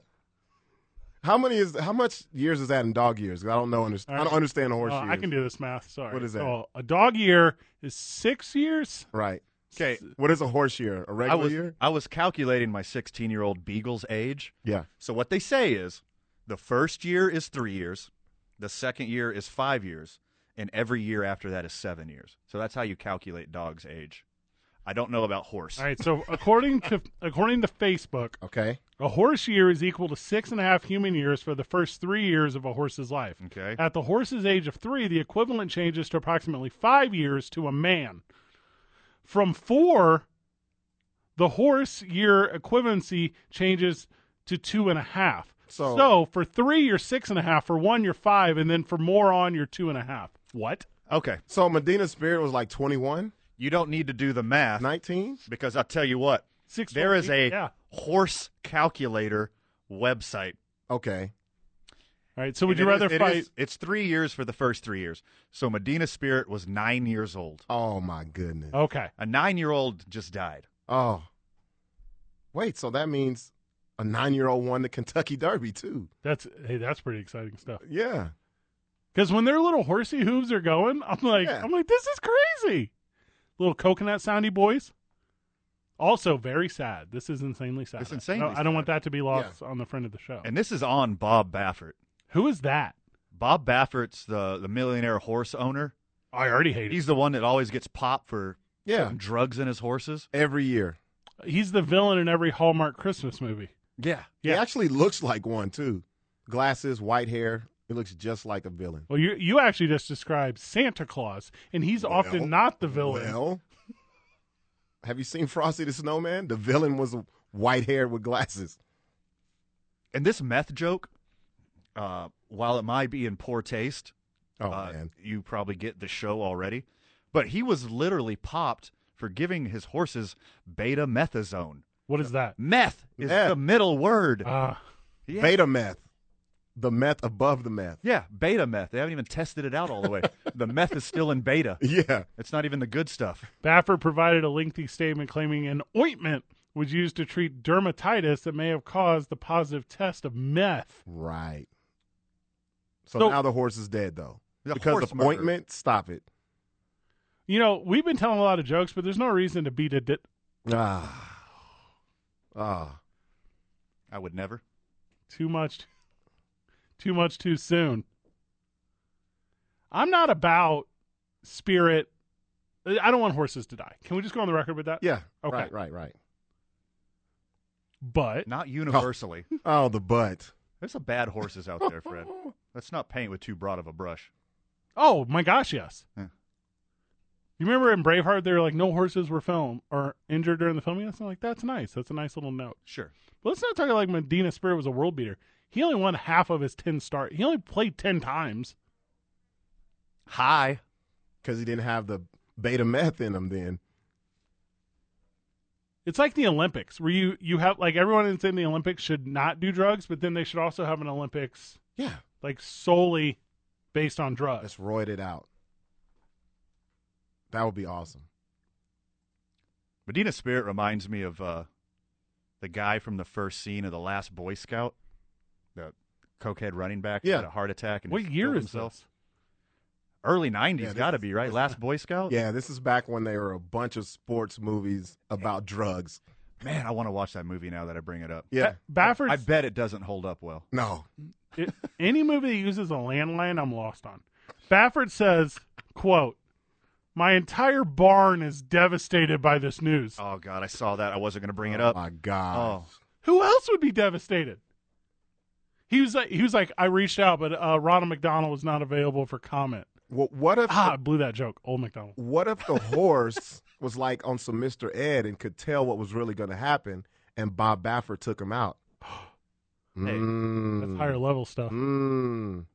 [SPEAKER 5] How many is how much years is that in dog years? 'Cause I don't know. Under, I don't understand horse
[SPEAKER 2] Uh,
[SPEAKER 5] years.
[SPEAKER 2] I can do this math. Sorry.
[SPEAKER 5] What is that?
[SPEAKER 2] So a dog year is six years.
[SPEAKER 5] Right.
[SPEAKER 3] Okay,
[SPEAKER 5] What is a horse year? A
[SPEAKER 3] I
[SPEAKER 5] regular
[SPEAKER 3] was
[SPEAKER 5] year?
[SPEAKER 3] I was calculating my 16-year-old beagle's age.
[SPEAKER 5] Yeah.
[SPEAKER 3] So what they say is, the first year is three years, the second year is five years, and every year after that is seven years. So that's how you calculate dog's age. I don't know about horse.
[SPEAKER 2] All right. So according to according to Facebook,
[SPEAKER 5] Okay.
[SPEAKER 2] a horse year is equal to six and a half human years for the first three years of a horse's life.
[SPEAKER 3] Okay.
[SPEAKER 2] At the horse's age of three, the equivalent changes to approximately five years to a man. From four, the horse year equivalency changes to two and a half.
[SPEAKER 5] So-
[SPEAKER 2] for three, you're six and a half. For one, you're five, and then for more on, you're two and a half. What?
[SPEAKER 3] Okay.
[SPEAKER 5] So Medina Spirit was like 21,
[SPEAKER 3] You don't need to do the math
[SPEAKER 5] 19?
[SPEAKER 3] because I'll tell you what.
[SPEAKER 2] Six.
[SPEAKER 3] There is a
[SPEAKER 2] yeah.
[SPEAKER 3] horse calculator website.
[SPEAKER 5] Okay.
[SPEAKER 2] All right. So would
[SPEAKER 3] And
[SPEAKER 2] you
[SPEAKER 3] it
[SPEAKER 2] rather
[SPEAKER 3] is- it
[SPEAKER 2] fight?
[SPEAKER 3] is- it's three years for the first three years. So Medina Spirit was nine years old.
[SPEAKER 5] Oh my goodness.
[SPEAKER 2] Okay.
[SPEAKER 3] A nine-year-old just died.
[SPEAKER 5] Oh. Wait, so that means a nine year old won the Kentucky Derby too.
[SPEAKER 2] That's hey, that's pretty exciting stuff.
[SPEAKER 5] Yeah.
[SPEAKER 2] Because when their little horsey hooves are going, I'm like,
[SPEAKER 5] Yeah.
[SPEAKER 2] I'm like, this is crazy. Little coconut soundy boys. Also very sad. This is insanely sad.
[SPEAKER 3] It's insanely
[SPEAKER 2] I, I don't want
[SPEAKER 3] sad.
[SPEAKER 2] that to be lost on the friend of the show.
[SPEAKER 3] And this is on Bob Baffert.
[SPEAKER 2] Who is that?
[SPEAKER 3] Bob Baffert's the, the millionaire horse owner.
[SPEAKER 2] I already hate him.
[SPEAKER 3] He's the one that always gets popped for
[SPEAKER 5] Yeah.
[SPEAKER 3] putting drugs in his horses.
[SPEAKER 5] Every year.
[SPEAKER 2] He's the villain in every Hallmark Christmas movie.
[SPEAKER 3] Yeah.
[SPEAKER 5] He
[SPEAKER 2] Yeah.
[SPEAKER 5] actually looks like one too. Glasses, white hair. It looks just like a villain.
[SPEAKER 2] Well, you you actually just described Santa Claus, and he's
[SPEAKER 5] Well,
[SPEAKER 2] often not the villain.
[SPEAKER 5] Well, have you seen Frosty the Snowman? The villain was white hair with glasses.
[SPEAKER 3] and this meth joke, uh, while it might be in poor taste,
[SPEAKER 5] Oh
[SPEAKER 3] uh,
[SPEAKER 5] man,
[SPEAKER 3] you probably get the show already. But he was literally popped for giving his horses beta methazone.
[SPEAKER 2] What is that?
[SPEAKER 3] Meth is
[SPEAKER 5] Meth. Uh,
[SPEAKER 3] the middle word.
[SPEAKER 2] Ah,
[SPEAKER 3] yeah.
[SPEAKER 5] beta meth, the meth above the meth.
[SPEAKER 3] Yeah, beta meth. They haven't even tested it out all the way. the meth is still in beta.
[SPEAKER 5] Yeah,
[SPEAKER 3] It's not even the good stuff.
[SPEAKER 2] Baffert provided a lengthy statement claiming an ointment was used to treat dermatitis that may have caused the positive test of meth.
[SPEAKER 5] right. So,
[SPEAKER 2] So-
[SPEAKER 5] now the horse is dead though
[SPEAKER 3] The
[SPEAKER 5] because
[SPEAKER 3] horse
[SPEAKER 5] the
[SPEAKER 3] murder.
[SPEAKER 5] ointment. Stop it.
[SPEAKER 2] You know, we've been telling a lot of jokes, but there's no reason to beat a di-
[SPEAKER 5] Ah, ah.
[SPEAKER 3] I would never.
[SPEAKER 2] too much too much too soon. I'm not about spirit I don't want horses to die. Can we just go on the record with that?
[SPEAKER 5] Yeah.
[SPEAKER 3] Uh,
[SPEAKER 2] Okay.
[SPEAKER 5] Right. Right. Right.
[SPEAKER 2] But
[SPEAKER 3] Not universally.
[SPEAKER 5] Oh, the butt.
[SPEAKER 3] There's some bad horses out there, Fred. Let's not paint with too broad of a brush.
[SPEAKER 2] oh my gosh, yes.
[SPEAKER 3] Yeah.
[SPEAKER 2] You remember in Braveheart they were like no horses were filmed or injured during the filming? That's not like that's nice. That's a nice little note.
[SPEAKER 3] Sure.
[SPEAKER 2] But let's not talk like Medina Spirit was a world beater. He only won half of his ten start. He only played ten times.
[SPEAKER 3] Hi.
[SPEAKER 5] Because he didn't have the beta meth in him then.
[SPEAKER 2] It's like the Olympics where you you have like everyone that's in the Olympics should not do drugs, but then they should also have an Olympics
[SPEAKER 5] Yeah.
[SPEAKER 2] like solely based on drugs.
[SPEAKER 5] Let's roid it out. That would be awesome.
[SPEAKER 3] Medina Spirit reminds me of uh, the guy from the first scene of The Last Boy Scout, the cokehead running back who
[SPEAKER 5] Yeah.
[SPEAKER 3] had a heart attack. And
[SPEAKER 2] What
[SPEAKER 3] just
[SPEAKER 2] year
[SPEAKER 3] killed
[SPEAKER 2] is
[SPEAKER 3] himself.
[SPEAKER 2] this?
[SPEAKER 3] Early 90s,
[SPEAKER 5] Yeah, this
[SPEAKER 3] gotta
[SPEAKER 5] is-
[SPEAKER 3] be, right? Last Boy Scout?
[SPEAKER 5] Yeah, this is back when there were a bunch of sports movies about drugs.
[SPEAKER 3] Man, I want to watch that movie now that I bring it up.
[SPEAKER 5] Yeah.
[SPEAKER 2] Baffert.
[SPEAKER 3] I bet it doesn't hold up well.
[SPEAKER 5] No.
[SPEAKER 2] It- any movie that uses a landline, I'm lost on. Baffert says, "quote My entire barn is devastated by this news.
[SPEAKER 3] Oh, God, I saw that. I wasn't going to bring it up.
[SPEAKER 5] Oh my God.
[SPEAKER 3] Oh.
[SPEAKER 2] Who else would be devastated?" He was like, he was like, I reached out, but uh, Ronald McDonald was not available for comment.
[SPEAKER 5] Well, what if
[SPEAKER 2] Ah, I blew that joke. Old McDonald.
[SPEAKER 5] what if the horse was like on some Mr. Ed and could tell what was really going to happen and Bob Baffert took him out? Mm.
[SPEAKER 2] That's higher level stuff.
[SPEAKER 5] Mm.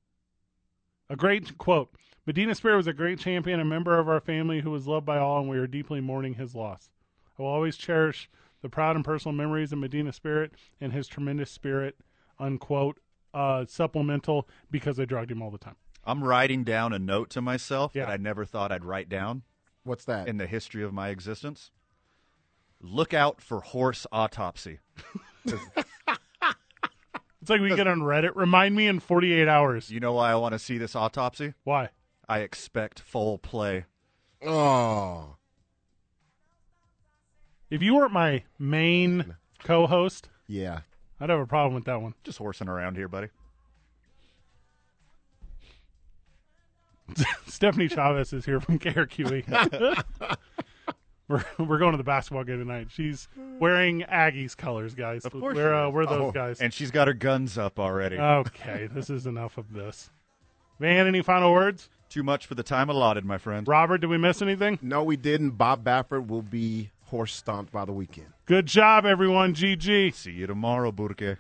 [SPEAKER 2] A great quote. Medina Spirit was a great champion, a member of our family who was loved by all, and we are deeply mourning his loss. I will always cherish the proud and personal memories of Medina Spirit and his tremendous spirit, unquote, uh, supplemental, because I drugged him all the time.
[SPEAKER 3] I'm writing down a note to myself
[SPEAKER 2] Yeah.
[SPEAKER 3] that I never thought I'd write down
[SPEAKER 5] What's that?
[SPEAKER 3] in the history of my existence. Look out for horse autopsy.
[SPEAKER 2] It's like we get on Reddit. Remind me in 48 hours.
[SPEAKER 3] You know why I want to see this autopsy?
[SPEAKER 2] Why?
[SPEAKER 3] I expect full play.
[SPEAKER 5] oh.
[SPEAKER 2] If you weren't my main co host,
[SPEAKER 5] Yeah.
[SPEAKER 2] I'd have a problem with that one.
[SPEAKER 3] Just horsing around here, buddy.
[SPEAKER 2] Stephanie Chavez is here from KRQE. E. we're, we're going to the basketball game tonight. She's wearing Aggies colors, guys. Of
[SPEAKER 3] course
[SPEAKER 2] we're,
[SPEAKER 3] she
[SPEAKER 2] uh,
[SPEAKER 3] is.
[SPEAKER 2] we're those
[SPEAKER 5] Oh,
[SPEAKER 2] guys.
[SPEAKER 3] And she's got her guns up already.
[SPEAKER 2] Uh, okay, this is enough of this. Van, any final words?
[SPEAKER 3] Too much for the time allotted, my friend.
[SPEAKER 2] Robert, did we miss anything?
[SPEAKER 5] No, we didn't. Bob Baffert will be horse stomped by the weekend.
[SPEAKER 2] Good job, everyone. GG.
[SPEAKER 3] See you tomorrow, Burke.